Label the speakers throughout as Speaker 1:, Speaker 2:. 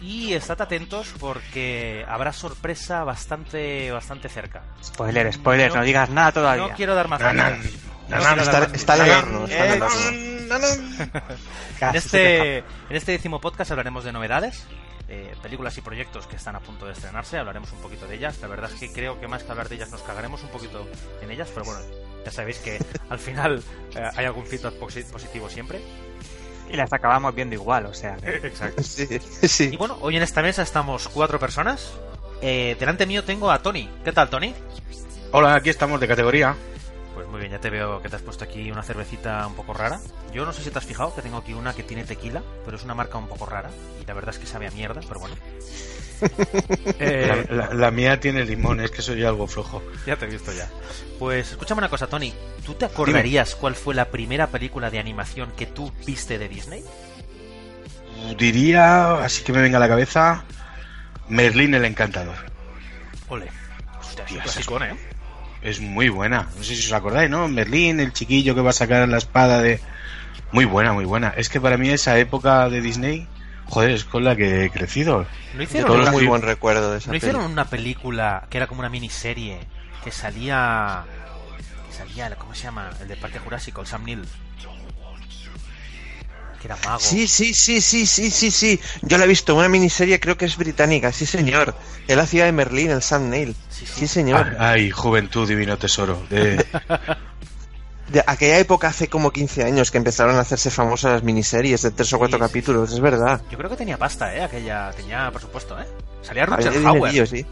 Speaker 1: Y estad atentos porque habrá sorpresa bastante, bastante cerca.
Speaker 2: Spoiler, spoiler, no,
Speaker 1: No-
Speaker 2: digas nada todavía.
Speaker 1: No quiero dar más detalles. No quiero dar
Speaker 2: está,
Speaker 1: más
Speaker 2: está de
Speaker 1: detalles.
Speaker 2: horno, está de horno.
Speaker 1: Eh, En
Speaker 2: Casi se
Speaker 1: este, en este décimo podcast hablaremos de novedades, eh, películas y proyectos que están a punto de estrenarse, hablaremos un poquito de ellas. La verdad es que creo que más que hablar de ellas nos cagaremos un poquito en ellas, pero bueno, ya sabéis que al final eh, hay algún feedback posi- positivo siempre.
Speaker 2: deja. Y las acabamos viendo igual, o sea. que-
Speaker 1: Exacto.
Speaker 2: Sí,
Speaker 1: Y
Speaker 2: sí.
Speaker 1: bueno, hoy en esta mesa estamos cuatro personas. Eh, delante mío tengo a Tony. ¿Qué tal, Tony?
Speaker 3: Hola, aquí estamos de categoría.
Speaker 1: Pues muy bien, ya te veo que te has puesto aquí una cervecita un poco rara. Yo no sé si te has fijado que tengo aquí una que tiene tequila, pero es una marca un poco rara. Y la verdad es que sabe a mierda, pero bueno. Eh,
Speaker 3: La, la- la mía tiene limón, es que soy algo flojo.
Speaker 1: ya te he visto ya. Pues escúchame una cosa, Tony. ¿Tú te acordarías cuál fue la primera película de animación que tú viste de Disney?
Speaker 3: Diría, así que me venga a la cabeza, Merlín el Encantador.
Speaker 1: Ole. Hostia, es un
Speaker 3: Dios,
Speaker 1: clasicón, ¿eh?
Speaker 3: Es muy buena. No sé si os acordáis, ¿no? Merlín, el chiquillo que va a sacar la espada de... Muy buena, muy buena. Es que para mí esa época de Disney, joder, es con la que he crecido.
Speaker 1: ¿No
Speaker 3: Yo
Speaker 1: hicieron,
Speaker 3: tengo
Speaker 1: una,
Speaker 3: muy buen
Speaker 2: recuerdo de esa
Speaker 1: ¿no hicieron una película que era como una miniserie que salía... Que salía, ¿cómo se llama? El de Parque Jurásico, el Sam Neill. Que era mago.
Speaker 4: Sí, sí, sí, sí, sí, sí, sí. Yo la he visto, una miniserie creo que es británica, sí señor. Él hacía de Merlín, el Sam Neill.
Speaker 1: Sí, Ah. sí.
Speaker 4: Sí señor.
Speaker 3: Ah, Ay, juventud, divino tesoro. De...
Speaker 4: De aquella época hace como 15 años que empezaron a hacerse famosas las miniseries de tres o cuatro
Speaker 1: Sí, sí.
Speaker 4: capítulos, es verdad.
Speaker 1: Yo creo que tenía pasta, ¿eh? Aquella tenía presupuesto, ¿eh? Salía
Speaker 4: Había
Speaker 1: Rutger Hauer
Speaker 4: dinerillo, sí.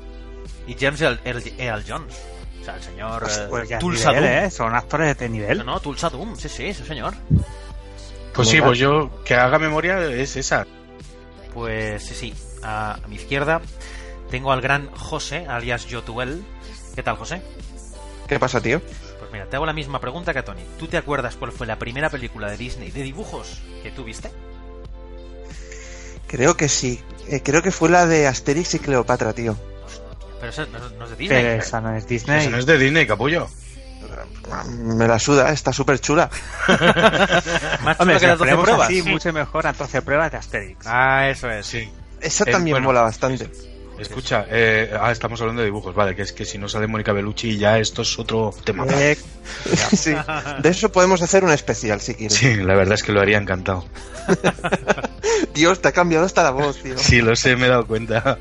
Speaker 1: y James Earl, Earl- Earl Jones. O sea, el señor... eh,
Speaker 2: Pues ya ¿eh?
Speaker 1: Tulsa
Speaker 2: nivel,
Speaker 1: Doom.
Speaker 2: ¿eh? Son actores de
Speaker 1: No,
Speaker 2: nivel.
Speaker 1: no, Tulsa Doom, sí, sí, sí, señor.
Speaker 3: Pues sí, pues yo, que haga memoria es esa.
Speaker 1: Pues sí, sí, a, a mi izquierda tengo al gran José, alias Yotuel. ¿Qué tal, José?
Speaker 4: ¿Qué pasa, tío?
Speaker 1: Pues mira, te hago la misma pregunta que a Tony. ¿Tú te acuerdas cuál fue la primera película de Disney de dibujos que tú viste?
Speaker 4: Creo que sí. Eh, creo que fue la de Asterix y Cleopatra, tío.
Speaker 1: Pero esa no, no es de Disney.
Speaker 2: Pero esa no es Disney.
Speaker 3: Eso no es de Disney, capullo.
Speaker 4: Ah, Me la suda, está súper chula.
Speaker 1: Más chulo
Speaker 2: Hombre, si
Speaker 1: que las
Speaker 2: las
Speaker 1: 12
Speaker 2: ponemos
Speaker 1: pruebas.
Speaker 2: así, mucho mejor a 12 pruebas de Asterix.
Speaker 1: Ah, eso es.
Speaker 3: Sí.
Speaker 4: Esa
Speaker 3: Eh,
Speaker 4: también
Speaker 3: bueno,
Speaker 4: mola bastante.
Speaker 3: Escucha, eh, ah, estamos hablando de dibujos, vale, que es que si no sale Mónica Bellucci ya esto es otro tema.
Speaker 2: Eh,
Speaker 4: Sí. De eso podemos hacer un especial, si quieres.
Speaker 3: Sí, la verdad es que lo haría encantado.
Speaker 4: Dios, te ha cambiado hasta la voz, tío.
Speaker 3: Sí, lo sé, me he dado cuenta.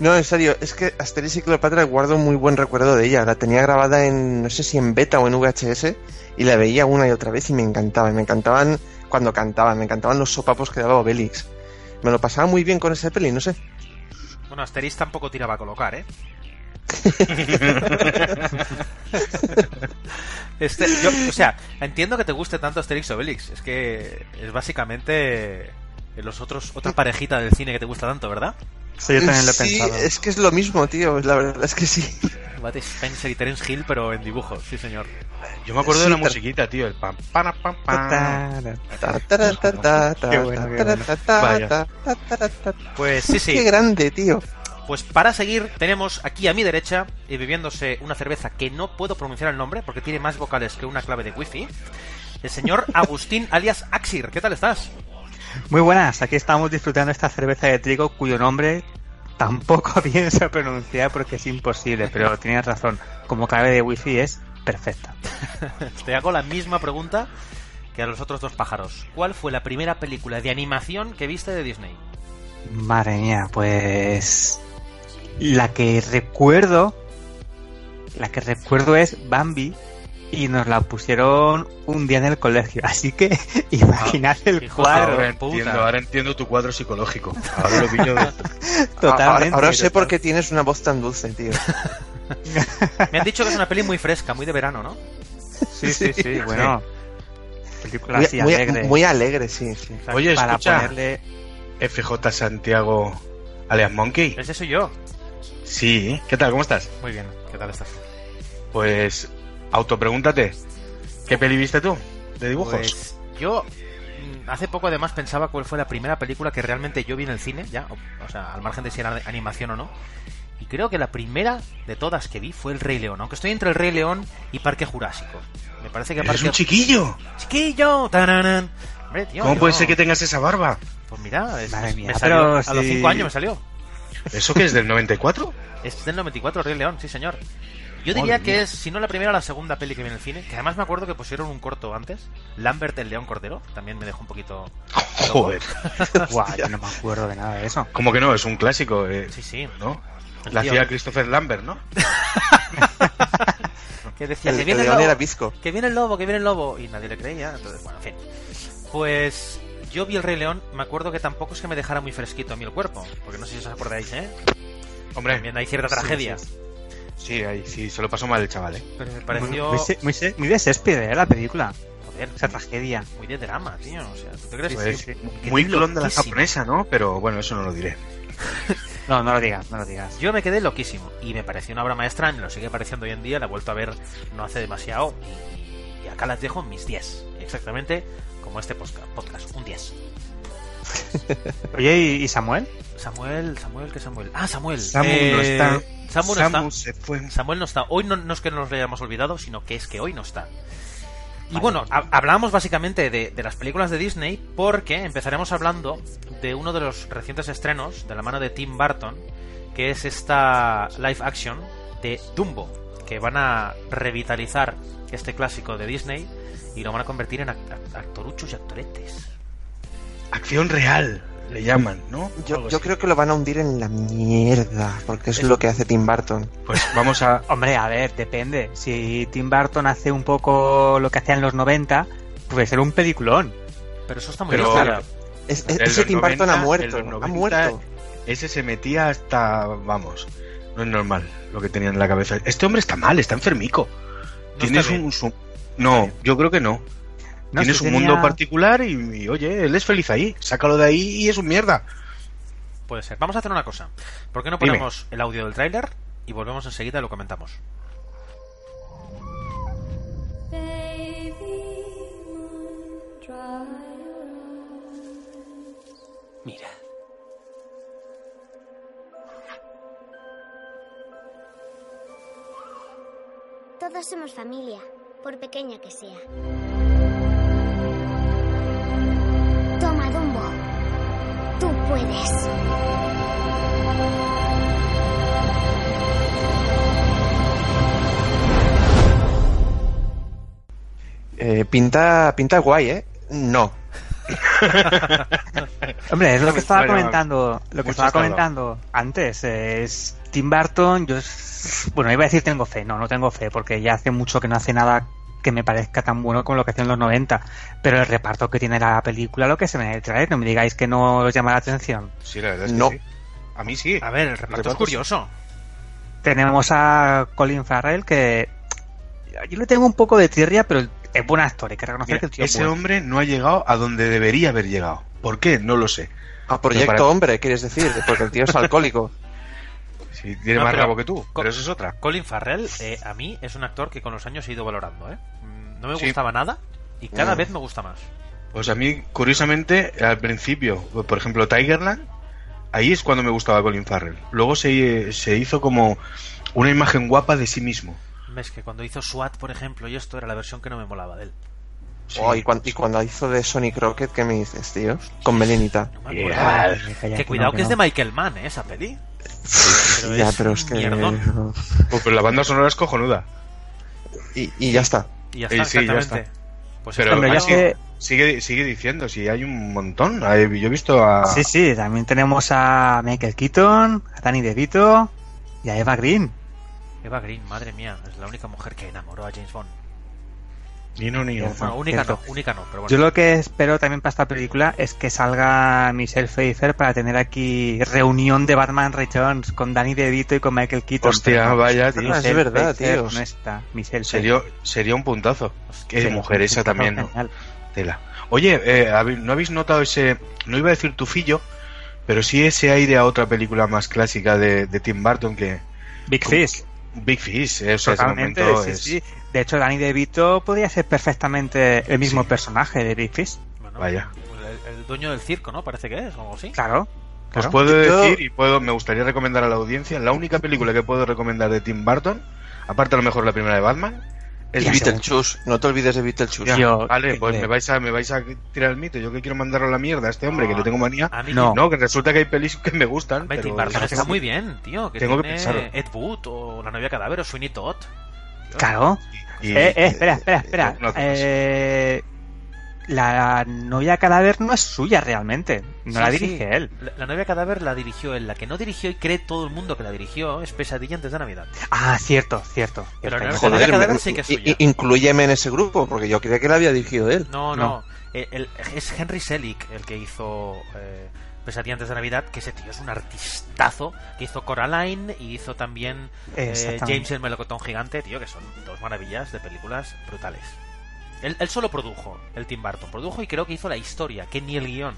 Speaker 4: No, en serio, es que Asterix y Cleopatra guardo un muy buen recuerdo de ella. La tenía grabada en, no sé si en beta o en VHS, y la veía una y otra vez y me encantaba. Y me encantaban cuando cantaban, me encantaban los sopapos que daba Obélix. Me lo pasaba muy bien con ese peli, no sé.
Speaker 1: Bueno, Asterix tampoco tiraba a colocar, ¿eh? Este, yo- o sea, entiendo que te guste tanto Asterix Obelix. Es que es básicamente eh, los otros otra parejita del cine que te gusta tanto, ¿verdad?
Speaker 2: Sí, yo también lo he
Speaker 4: sí,
Speaker 2: pensado.
Speaker 4: es que es lo mismo, tío. La verdad es que sí.
Speaker 1: Bud Spencer y Terence Hill, pero en dibujos, sí señor.
Speaker 3: Yo me acuerdo de la
Speaker 4: Sí, pero-
Speaker 3: musiquita, tío, el pam, pam, pam, pam.
Speaker 2: Ta-ta-ra.
Speaker 4: Ta, ta, ra, ta, ta, ta,
Speaker 2: Qué bueno, qué
Speaker 4: ta,
Speaker 2: bueno.
Speaker 4: ta, ta,
Speaker 3: Vaya.
Speaker 4: ta, ta, ta, ta, ta.
Speaker 1: Pues sí,
Speaker 4: Qué
Speaker 1: sí.
Speaker 4: grande, tío.
Speaker 1: Pues para seguir, tenemos aquí a mi derecha, y bebiéndose una cerveza que no puedo pronunciar el nombre porque tiene más vocales que una clave de wifi, el señor Agustín alias Axir. ¿Qué tal estás?
Speaker 2: Muy buenas, aquí estamos disfrutando esta cerveza de trigo cuyo nombre tampoco pienso pronunciar porque es imposible, pero tienes razón, como clave de wifi es perfecta.
Speaker 1: Te hago la misma pregunta que a los otros dos pájaros. ¿Cuál fue la primera película de animación que viste de Disney?
Speaker 2: Madre mía, pues la que recuerdo, la que recuerdo es Bambi y nos la pusieron un día en el colegio, así que
Speaker 4: Ah,
Speaker 2: imaginad el
Speaker 1: hijo de
Speaker 2: cuadro
Speaker 3: Ahora
Speaker 1: Claro,
Speaker 3: entiendo,
Speaker 1: puta.
Speaker 3: ahora entiendo tu cuadro psicológico. Ahora lo pillo de-
Speaker 2: totalmente.
Speaker 4: ah, Ahora, ahora sé por qué tienes una voz tan dulce, tío.
Speaker 1: Me han dicho que es una peli muy fresca, muy de verano, ¿no?
Speaker 2: Sí, sí, sí, bueno. Película
Speaker 4: Muy,
Speaker 2: así
Speaker 4: muy-
Speaker 2: alegre.
Speaker 4: muy alegre, sí, sí.
Speaker 3: Oye,
Speaker 2: para
Speaker 3: escucha.
Speaker 2: ponerle
Speaker 3: FJ Santiago alias Monkey.
Speaker 1: Ese soy yo.
Speaker 3: Sí, ¿qué tal? ¿Cómo estás?
Speaker 1: Muy bien, ¿qué tal estás?
Speaker 3: Pues autopregúntate. ¿Qué peli viste tú? ¿De dibujos?
Speaker 1: Pues yo mm, hace poco además pensaba cuál fue la primera película que realmente yo vi en el cine, ya, o, o sea, al margen de si era de animación o no. Y creo que la primera de todas que vi fue El Rey León, aunque estoy entre El Rey León y Parque Jurásico. Me parece que
Speaker 3: Eres
Speaker 1: Parque
Speaker 3: un chiquillo.
Speaker 1: chiquillo. tararán. Hombre, tío,
Speaker 3: ¿Cómo
Speaker 1: yo-
Speaker 3: puede ser que tengas esa barba?
Speaker 1: Pues mira, es-
Speaker 2: Madre mía,
Speaker 1: me salió-
Speaker 2: pero
Speaker 1: a los
Speaker 2: sí.
Speaker 1: 5 años me salió.
Speaker 3: ¿Eso que es del 94?
Speaker 1: Es del 94, Rey León, sí señor. Yo diría
Speaker 3: Madre
Speaker 1: que
Speaker 3: mía.
Speaker 1: es, si no la primera, la segunda peli que vi en el cine. Que además me acuerdo que pusieron un corto antes, Lambert el León Cordero. También me dejó un poquito.
Speaker 3: Joder.
Speaker 2: Guau, yo no me acuerdo de nada de eso.
Speaker 3: Como que no, es un clásico, eh,
Speaker 1: Sí, sí.
Speaker 3: ¿no?
Speaker 1: El
Speaker 3: La
Speaker 1: tío.
Speaker 3: hacía Christopher Lambert, ¿no?
Speaker 1: Que decía
Speaker 4: El,
Speaker 1: que
Speaker 4: el
Speaker 1: viene el,
Speaker 4: león
Speaker 1: lobo,
Speaker 4: era bizco.
Speaker 1: que viene el lobo, que viene el lobo. Y nadie le creía, entonces, bueno, en fin. Pues yo vi el Rey León, me acuerdo que tampoco es que me dejara muy fresquito a mí el cuerpo. Porque no sé si os acordáis, ¿eh?
Speaker 3: Hombre,
Speaker 1: También hay cierta tragedia.
Speaker 3: sí, ahí sí, se lo pasó mal el chaval, ¿eh?
Speaker 1: Pero me pareció.
Speaker 2: Muy, se- muy se- muy de Shakespeare, ¿eh? La película.
Speaker 1: Joder,
Speaker 2: Esa tragedia.
Speaker 1: muy de drama, tío. O sea, ¿tú te crees?
Speaker 3: Pues,
Speaker 2: sí,
Speaker 1: Que
Speaker 3: Muy
Speaker 1: estoy
Speaker 3: clon de la
Speaker 1: loquísimo.
Speaker 3: japonesa, ¿no? Pero bueno, eso no lo diré.
Speaker 2: No, no lo digas, no lo digas.
Speaker 1: Yo me quedé loquísimo y me pareció una obra maestra, me lo sigue pareciendo hoy en día, la he vuelto a ver no hace demasiado y, y acá las dejo en mis 10, exactamente como este posca- podcast, un 10.
Speaker 2: Oye, ¿y, y Samuel?
Speaker 1: Samuel, Samuel, ¿qué Samuel? Ah, Samuel. eh,
Speaker 3: Samu no está.
Speaker 1: Samu no
Speaker 3: Samu
Speaker 1: está.
Speaker 3: se fue.
Speaker 1: Samuel no está. Hoy no, no es que nos lo hayamos olvidado, sino que es que hoy no está. Y bueno, ha- hablamos básicamente de, de las películas de Disney porque empezaremos hablando de uno de los recientes estrenos de la mano de Tim Burton, que es esta live action de Dumbo, que van a revitalizar este clásico de Disney y lo van a convertir en act- act- actoruchos y actoretes.
Speaker 3: Acción real, le llaman, ¿no?
Speaker 4: Yo,
Speaker 3: Algo
Speaker 4: yo
Speaker 3: así.
Speaker 4: creo que lo van a hundir en la mierda, porque es lo que hace Tim Burton.
Speaker 3: Pues vamos a...
Speaker 2: Hombre, a ver, depende. Si Tim Burton hace un poco lo que hacía en los 90, puede ser un peliculón.
Speaker 1: Pero eso está muy
Speaker 3: Pero
Speaker 1: bien.
Speaker 4: Es-
Speaker 3: El
Speaker 4: es-
Speaker 3: de
Speaker 4: E-, ese
Speaker 3: los
Speaker 4: Tim Burton ha
Speaker 3: 90,
Speaker 4: muerto,
Speaker 3: el de los 90.
Speaker 4: ha muerto.
Speaker 3: ese se metía hasta... Vamos, no es normal lo que tenía en la cabeza. Este hombre está mal, está enfermico.
Speaker 1: No
Speaker 3: Tienes
Speaker 1: está bien.
Speaker 3: un... su- No, yo creo que no.
Speaker 2: No,
Speaker 3: Tienes
Speaker 2: si
Speaker 3: un
Speaker 2: tenía-
Speaker 3: mundo particular y, y, oye, él es feliz ahí. Sácalo de ahí y es un mierda.
Speaker 1: Puede ser. Vamos a hacer una cosa. ¿Por qué no
Speaker 3: Dime.
Speaker 1: ponemos el audio del tráiler y volvemos enseguida y lo comentamos?
Speaker 5: Mirad.
Speaker 6: Todos somos familia, por pequeña que sea. Toma, Dumbo. Tú puedes.
Speaker 4: Eh, pinta, pinta guay, ¿eh? No.
Speaker 2: Hombre, es lo que estaba
Speaker 3: Bueno,
Speaker 2: comentando, lo
Speaker 3: mucho
Speaker 2: que estaba
Speaker 3: estado.
Speaker 2: comentando antes. eh, Es Tim Burton, yo es- bueno, iba a decir tengo fe, no, no tengo fe, porque ya hace mucho que no hace nada que me parezca tan bueno como lo que hacía en los 90, pero el reparto que tiene la película, lo que se me trae, no me digáis que no os llama la atención.
Speaker 3: Sí, la verdad
Speaker 4: es que No. sí.
Speaker 3: A mí sí.
Speaker 1: A ver, el reparto es
Speaker 3: Repartos.
Speaker 1: curioso.
Speaker 2: Tenemos a Colin Farrell, que yo le tengo un poco de tirria, pero es buen actor, hay que reconocer
Speaker 3: Mira,
Speaker 2: que el tío es
Speaker 3: ese
Speaker 2: bueno.
Speaker 3: hombre no ha llegado a donde debería haber llegado. ¿Por qué? No lo sé.
Speaker 4: A Proyecto
Speaker 3: Pero para-
Speaker 4: Hombre, quieres decir, porque el tío es alcohólico.
Speaker 3: Si tiene
Speaker 1: No,
Speaker 3: más
Speaker 1: pero-
Speaker 3: rabo que tú,
Speaker 1: co-
Speaker 3: pero eso es otra.
Speaker 1: Colin Farrell, eh, a mí, es un actor que con los años he ido valorando, ¿eh? Mm, No me
Speaker 3: Sí.
Speaker 1: gustaba nada y cada
Speaker 4: Mm.
Speaker 1: vez me gusta más.
Speaker 3: Pues a mí, curiosamente, al principio, por ejemplo, Tigerland, ahí es cuando me gustaba Colin Farrell. Luego se, se hizo como una imagen guapa de sí mismo.
Speaker 1: Es que cuando hizo SWAT, por ejemplo, y esto era la versión que no me molaba de él.
Speaker 4: Oh, y, cuan- y cuando, hizo de Sonic Rocket, ¿qué me dices, tío? Con Melenita.
Speaker 1: No me acuerdo.
Speaker 3: Yeah.
Speaker 1: Que,
Speaker 2: Calla,
Speaker 1: cuidado
Speaker 2: no,
Speaker 1: que es de
Speaker 2: no.
Speaker 1: Michael Mann, ¿eh? Esa peli. Pero
Speaker 4: ya,
Speaker 1: es
Speaker 4: pero
Speaker 1: un
Speaker 4: es que.
Speaker 1: mierdón.
Speaker 3: Oh, pero la banda sonora es cojonuda.
Speaker 4: Y, y ya está.
Speaker 1: Y ya
Speaker 3: Sí,
Speaker 1: está,
Speaker 3: sí, ya
Speaker 1: exactamente. Pues
Speaker 3: Pero
Speaker 1: esto-
Speaker 2: Hombre, ya
Speaker 3: así-
Speaker 2: sé-
Speaker 3: Sigue, sigue diciendo, si hay un montón. Hay- Yo he visto a...
Speaker 2: Sí, sí, también tenemos a Michael Keaton, a Danny DeVito y a Eva Green.
Speaker 1: Eva Green, madre mía, es la única mujer que enamoró a James Bond.
Speaker 3: Ni no, ni no.
Speaker 2: Ya
Speaker 1: Bueno,
Speaker 2: Ah,
Speaker 1: única no,
Speaker 2: cierto.
Speaker 1: única no, pero bueno.
Speaker 2: Yo lo que espero también para esta película es que salga Michelle Pfeiffer para tener aquí reunión de Batman Returns con Danny DeVito y con Michael Keaton.
Speaker 3: Hostia,
Speaker 2: Pero no,
Speaker 3: vaya, tío.
Speaker 4: Ah, es verdad,
Speaker 2: Pfeiffer
Speaker 4: tío.
Speaker 2: No está, Michelle
Speaker 3: Sería, sería un puntazo. Qué
Speaker 2: Pfeiffer.
Speaker 3: mujer esa también, ¿no?
Speaker 2: Genial.
Speaker 3: Tela. Oye, eh, habe- ¿no habéis notado ese, no iba a decir tufillo, pero sí ese aire a otra película más clásica de, de Tim Burton que
Speaker 2: Big Fish.
Speaker 3: Big Fish? eh, o sea, ese
Speaker 2: Totalmente,
Speaker 3: momento
Speaker 2: sí,
Speaker 3: es-
Speaker 2: sí. De hecho, Danny DeVito podría ser perfectamente el mismo personaje de Big Fish.
Speaker 1: Bueno, pues
Speaker 3: Vaya.
Speaker 1: El, el dueño del circo, ¿no? Parece que es, o algo así.
Speaker 2: Claro.
Speaker 3: Os
Speaker 2: claro.
Speaker 3: puedo
Speaker 4: Yo-
Speaker 3: decir y puedo, me gustaría recomendar a la audiencia, la única película que puedo recomendar de Tim Burton, aparte a lo mejor la primera de Batman, es
Speaker 4: Y
Speaker 3: Beetlejuice.
Speaker 4: Beetlejuice. No te olvides de Beetlejuice.
Speaker 3: Ya,
Speaker 2: Yo-
Speaker 3: vale, pues
Speaker 2: eh,
Speaker 3: me vais, a, me vais a tirar el mito. Yo que quiero mandarlo a la mierda a este hombre que
Speaker 1: No.
Speaker 3: le tengo manía.
Speaker 1: A mí
Speaker 2: No.
Speaker 3: No, que resulta que hay pelis que me gustan.
Speaker 1: Ah, Hombre, Tim
Speaker 3: pero-
Speaker 1: Burton está muy bien, tío. Que
Speaker 3: Tengo que
Speaker 1: tiene
Speaker 3: pensarlo.
Speaker 1: Ed Wood o La novia cadáver o Sweeney Todd.
Speaker 2: Claro.
Speaker 3: Y-
Speaker 2: Eh, eh, espera, espera, espera.
Speaker 3: No, no, no.
Speaker 2: Eh, la novia cadáver no es suya realmente. No
Speaker 1: Sí,
Speaker 2: la
Speaker 1: sí.
Speaker 2: dirige él.
Speaker 1: La, la novia cadáver la dirigió él. La que no dirigió y cree todo el mundo que la dirigió es Pesadilla antes de Navidad.
Speaker 2: Ah, cierto, cierto.
Speaker 1: Pero
Speaker 2: cierto.
Speaker 1: no es
Speaker 2: Joder.
Speaker 1: novia
Speaker 4: Joder,
Speaker 1: cadáver
Speaker 4: me-
Speaker 1: sí que es
Speaker 4: i-
Speaker 1: suya.
Speaker 4: i- inclúyeme en ese grupo, porque yo creía que la había dirigido él.
Speaker 1: No, no.
Speaker 2: No.
Speaker 1: Eh, el- es Henry Selick el que hizo eh, Pesadilla antes de Navidad, que ese tío es un artistazo, que hizo Coraline y hizo también eh,
Speaker 2: Exactamente.
Speaker 1: James el melocotón gigante, tío, que son dos maravillas de películas brutales. Él, él solo produjo, el Tim Burton. Produjo y creo que hizo la historia, que ni el guión.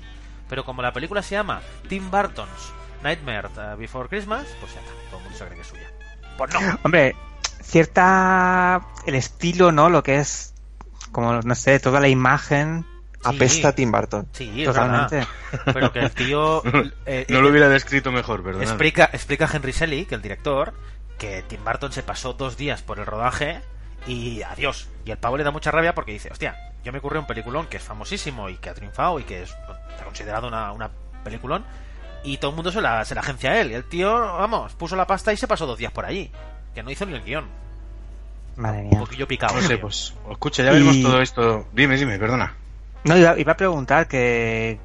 Speaker 1: Pero como la película se llama Tim Burton's Nightmare eh, Before Christmas, pues ya está, todo el mundo se cree que es suya. Pues no.
Speaker 2: Hombre, cierta. El estilo, ¿no? Lo que es. Como, no sé, toda la imagen.
Speaker 4: Apesta Tim Burton.
Speaker 1: Sí, es
Speaker 2: totalmente.
Speaker 1: verdad. Pero que el tío... eh,
Speaker 3: No lo hubiera descrito mejor, ¿verdad?
Speaker 1: Explica, explica Henry Selick, el director, que Tim Burton se pasó dos días por el rodaje y adiós. Y el pavo le da mucha rabia porque dice, hostia, yo me ocurrió un peliculón que es famosísimo y que ha triunfado y que es, bueno, está considerado una, una peliculón y todo el mundo se la, se la agencia a él. Y el tío, vamos, puso la pasta y se pasó dos días por allí. Que no hizo ni el guión.
Speaker 2: Madre
Speaker 1: Un
Speaker 2: mía.
Speaker 1: poquillo picado.
Speaker 3: No sé,
Speaker 1: tío.
Speaker 3: pues. Escucha, ya vemos
Speaker 2: Y-
Speaker 3: todo esto. Dime, dime, perdona.
Speaker 2: No, iba, iba a preguntar que.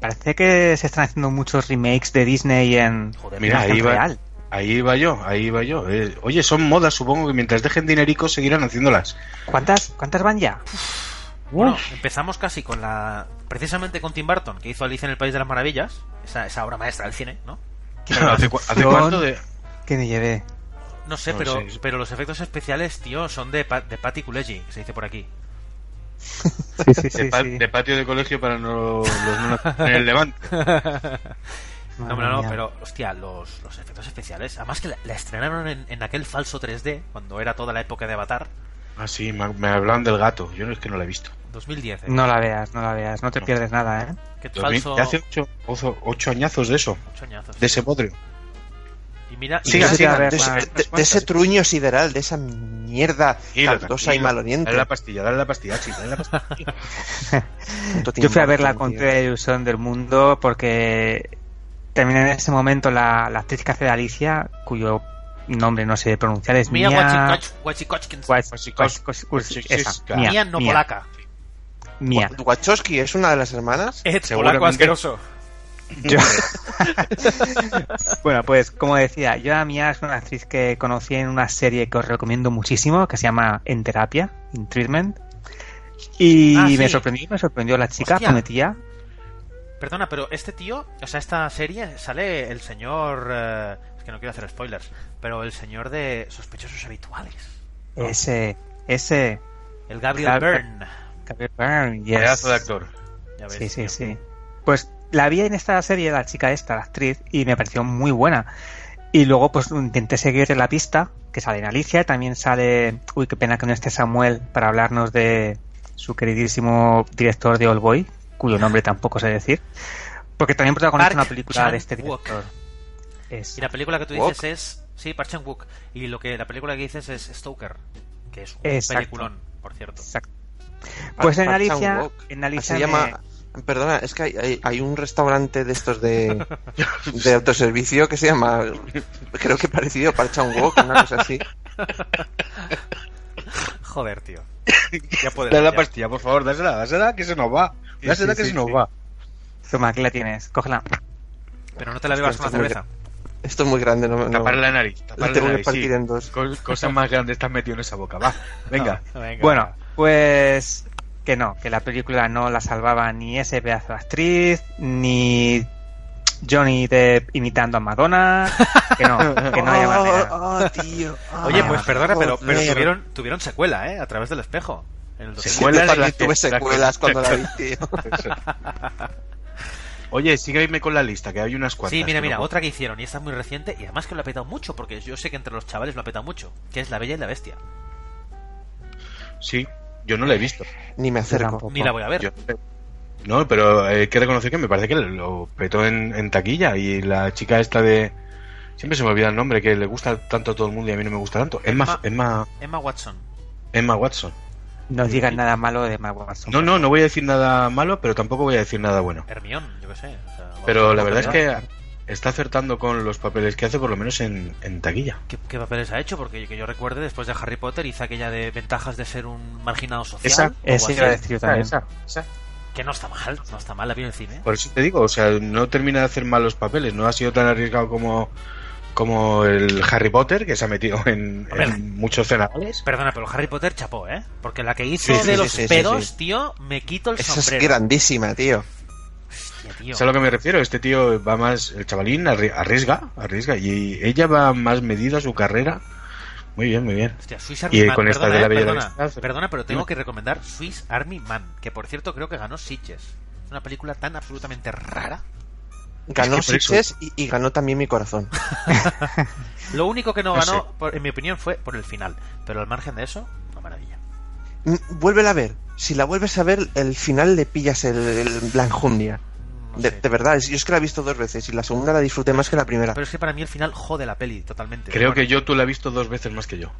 Speaker 2: Parece que se están haciendo muchos remakes de Disney en.
Speaker 1: Joder,
Speaker 3: Mira,
Speaker 2: imagen
Speaker 3: ahí va-
Speaker 2: real.
Speaker 3: Ahí va yo, ahí va yo. Eh, oye, son modas, supongo que mientras dejen dinerico seguirán haciéndolas.
Speaker 2: ¿Cuántas, ¿Cuántas van ya?
Speaker 1: Bueno, empezamos casi con la. Precisamente con Tim Burton, que hizo Alicia en el País de las Maravillas. Esa, esa obra maestra del cine, ¿no?
Speaker 3: Pero ¿Hace, cu- hace
Speaker 2: Son-
Speaker 3: cuánto de.?
Speaker 2: Que me llevé.
Speaker 1: No sé,
Speaker 3: No
Speaker 1: pero,
Speaker 3: sé.
Speaker 1: pero los efectos especiales, tío, son de, pa- de Patty Kuleji, que se dice por aquí.
Speaker 2: Sí, sí,
Speaker 3: de,
Speaker 2: sí.
Speaker 3: pa-
Speaker 2: sí.
Speaker 3: de patio de colegio para no los no nacer en el levante.
Speaker 1: No,
Speaker 2: Madre
Speaker 1: no, no,
Speaker 2: mía.
Speaker 1: pero, hostia, los, los efectos especiales. Además que la, la estrenaron en, en aquel falso 3D, cuando era toda la época de Avatar.
Speaker 3: Ah, sí, me, me hablaban del gato. Yo no es que no lo he visto.
Speaker 1: 2010, ¿eh?
Speaker 2: No la veas, no la veas, no te
Speaker 3: No.
Speaker 2: pierdes nada, ¿eh?
Speaker 1: Qué
Speaker 3: Dos mil-
Speaker 1: falso.
Speaker 3: de hace ocho, ozo- ocho añazos de eso,
Speaker 1: ocho añazos.
Speaker 3: de ese podrio.
Speaker 1: Y mira, y
Speaker 3: Siga,
Speaker 1: mira-
Speaker 2: sí,
Speaker 3: siga.
Speaker 2: a ver,
Speaker 3: de ese-
Speaker 2: la-
Speaker 3: de-
Speaker 4: De,
Speaker 3: de
Speaker 4: de ese
Speaker 3: ese tru-
Speaker 4: truño sideral, de esa mierda
Speaker 3: Tranquilo,
Speaker 4: cardosa y
Speaker 3: tranquilo.
Speaker 4: maloliente.
Speaker 3: Dale la pastilla, dale la pastilla, chica, dale la pastilla.
Speaker 4: Puto Tim
Speaker 2: Yo fui a
Speaker 4: Burton,
Speaker 2: verla con
Speaker 4: tío.
Speaker 2: toda la ilusión del mundo porque también en ese momento la, la actriz que hace de Alicia, cuyo nombre no sé pronunciar, es
Speaker 1: Mía
Speaker 2: Mia...
Speaker 1: Wachikoch- Wachikochkin.
Speaker 2: Guas-
Speaker 3: Wachikos-
Speaker 2: Guas- Guas-
Speaker 3: Wachikos-
Speaker 2: esa,
Speaker 3: Mia,
Speaker 1: Mía no
Speaker 2: Mia,
Speaker 1: polaca.
Speaker 2: Mia.
Speaker 4: Wachowski es una de las hermanas.
Speaker 2: Eh,
Speaker 1: Ed,
Speaker 3: Seguramente.
Speaker 2: Yo- bueno, pues como decía, yo a Mia es una actriz que conocí en una serie que os recomiendo muchísimo, que se llama En Terapia, In Treatment. Y
Speaker 1: Ah,
Speaker 2: me
Speaker 1: sí.
Speaker 2: sorprendió, me sorprendió la chica,
Speaker 1: Hostia.
Speaker 2: prometía.
Speaker 1: Perdona, pero este tío, o sea, esta serie sale el señor... eh, es que que no quiero hacer spoilers, pero el señor de sospechosos habituales,
Speaker 2: Ese, ese.
Speaker 1: el Gabriel
Speaker 2: Claro.
Speaker 1: Byrne.
Speaker 2: Gabriel Byrne, yes.
Speaker 3: Pedazo de actor.
Speaker 1: Ya ves,
Speaker 2: Sí, sí,
Speaker 1: tío.
Speaker 2: sí. Pues la vi en esta serie, la chica esta, la actriz, y me pareció muy buena. Y luego, pues intenté seguir la pista, que sale en Alicia, también sale. Uy, qué pena que no esté Samuel para hablarnos de su queridísimo director de All Boy, cuyo nombre tampoco sé decir. Porque también protagoniza
Speaker 1: Park
Speaker 2: una película de este
Speaker 1: Chan-wook.
Speaker 2: director. Es-
Speaker 1: Y la película que tú
Speaker 4: Walk.
Speaker 1: dices es. Sí, Park Chan-wook. Y lo que, la película que dices es Stoker, que es un
Speaker 2: Exacto.
Speaker 1: peliculón, por cierto.
Speaker 2: Exacto. Pues en
Speaker 4: Park
Speaker 2: Alicia,
Speaker 4: Chan-wook.
Speaker 2: en Alicia
Speaker 4: Se
Speaker 2: me-
Speaker 4: llama. Perdona, es que hay, hay- hay un restaurante de estos de, de autoservicio que se llama. Creo que parecido Parcha un Wok, una cosa así.
Speaker 1: Joder, tío. Ya puedes.
Speaker 3: Dale la
Speaker 1: ya.
Speaker 3: pastilla, por favor, dásela, dásela, que se nos va. Dásela,
Speaker 2: Pues, sí,
Speaker 3: que
Speaker 2: sí,
Speaker 3: se nos
Speaker 2: sí.
Speaker 3: va.
Speaker 2: Toma, aquí la tienes, cógela.
Speaker 1: Pero no te la bebas con una cerveza.
Speaker 4: Esto es muy grande, no, no-
Speaker 3: Tapar la nariz,
Speaker 4: la
Speaker 3: tapar la
Speaker 4: tengo que
Speaker 3: nariz.
Speaker 4: partir
Speaker 3: sí.
Speaker 4: en dos.
Speaker 3: Co- Cosas más grandes estás metido en esa boca, va. Venga.
Speaker 1: Venga.
Speaker 2: Bueno, pues que no, que la película no la salvaba ni ese pedazo de actriz, ni Johnny Depp imitando a Madonna, que no, que no hay manera.
Speaker 4: Oh, tío.
Speaker 1: Oye, pues perdona, pero, pero
Speaker 4: joder.
Speaker 1: tuvieron, tuvieron secuela, ¿eh? A través del espejo. En el 2000.
Speaker 3: Sí.
Speaker 4: Yo
Speaker 3: secuelas
Speaker 4: también
Speaker 3: las que-
Speaker 4: tuve
Speaker 3: las que-
Speaker 4: secuelas cuando la vi, tío.
Speaker 3: Eso.
Speaker 2: Ah.
Speaker 3: Oye, sígueme con la lista, que hay unas cuantas.
Speaker 1: Sí, mira,
Speaker 3: que
Speaker 1: mira,
Speaker 3: no-
Speaker 1: otra que hicieron, y esta es muy reciente, y además que lo ha petado mucho, porque yo sé que entre los chavales lo ha petado mucho, que es La Bella y la Bestia.
Speaker 3: Sí, yo no la he visto.
Speaker 4: Ni me acerco.
Speaker 2: Tampoco.
Speaker 1: Ni la voy a ver.
Speaker 3: Yo- No, pero hay que reconocer que me parece que lo petó en, en taquilla y la chica esta de... Siempre se me olvida el nombre, que le gusta tanto a todo el mundo y a mí no me gusta tanto. Emma, Emma,
Speaker 1: Emma Watson.
Speaker 3: Emma Watson.
Speaker 2: No digas nada malo de Emma Watson.
Speaker 3: No, no, no voy a decir nada malo, pero tampoco voy a decir nada bueno.
Speaker 1: Hermión, yo qué sé. o sea, vamos,
Speaker 3: Pero la
Speaker 1: vamos,
Speaker 3: verdad es que está acertando con los papeles que hace, por lo menos en, en taquilla.
Speaker 1: ¿Qué, qué papeles ha hecho? Porque que yo recuerde, después de Harry Potter hizo aquella de ventajas de ser un marginado social.
Speaker 3: Esa,
Speaker 1: o algo
Speaker 2: Ese iba a
Speaker 1: así,
Speaker 2: decir yo también.
Speaker 1: que no está mal, no está mal, la vi en el cine.
Speaker 3: Por eso te digo, o sea, no termina de hacer malos papeles, no ha sido tan arriesgado como, como el Harry Potter, que se ha metido en,
Speaker 1: Hombre.
Speaker 3: en muchos cenadores.
Speaker 1: Perdona, pero Harry Potter chapó, ¿eh? Porque la que hizo
Speaker 4: Sí, sí,
Speaker 1: de
Speaker 4: sí,
Speaker 1: los
Speaker 4: sí, sí,
Speaker 1: pedos,
Speaker 4: sí.
Speaker 1: tío, me quito el
Speaker 4: Esa es
Speaker 1: sombrero.
Speaker 4: grandísima, tío.
Speaker 1: Hostia, tío.
Speaker 3: ¿Sabes a lo que me refiero? Este tío va más, el chavalín arri- arriesga, arriesga, y ella va más medida su carrera. Muy bien, muy bien.
Speaker 1: Hostia, Swiss Army
Speaker 3: Y
Speaker 1: Man,
Speaker 3: con esta
Speaker 1: perdona,
Speaker 3: de la
Speaker 1: eh,
Speaker 3: Bella
Speaker 1: perdona,
Speaker 3: Bestia-
Speaker 1: perdona, pero tengo
Speaker 3: Dime.
Speaker 1: que recomendar Swiss Army Man, que por cierto creo que ganó Sitges. Es una película tan absolutamente rara.
Speaker 4: Ganó
Speaker 3: por eso-
Speaker 4: Sitges y, y ganó también mi corazón.
Speaker 1: Lo único que no
Speaker 3: No
Speaker 1: ganó,
Speaker 3: sé.
Speaker 1: por- en mi opinión, fue por el final. Pero al margen de eso, una maravilla.
Speaker 4: Mm, Vuélvela a ver. Si la vuelves a ver, el final le pillas el, el Blanjundia.
Speaker 1: No
Speaker 4: De,
Speaker 1: sé.
Speaker 4: de verdad, es- yo es que la he visto dos veces y la segunda la disfruté más que la primera.
Speaker 1: Pero es que para mí el final jode la peli totalmente.
Speaker 3: Creo
Speaker 1: Bueno,
Speaker 3: que yo tú la has visto dos veces más que yo.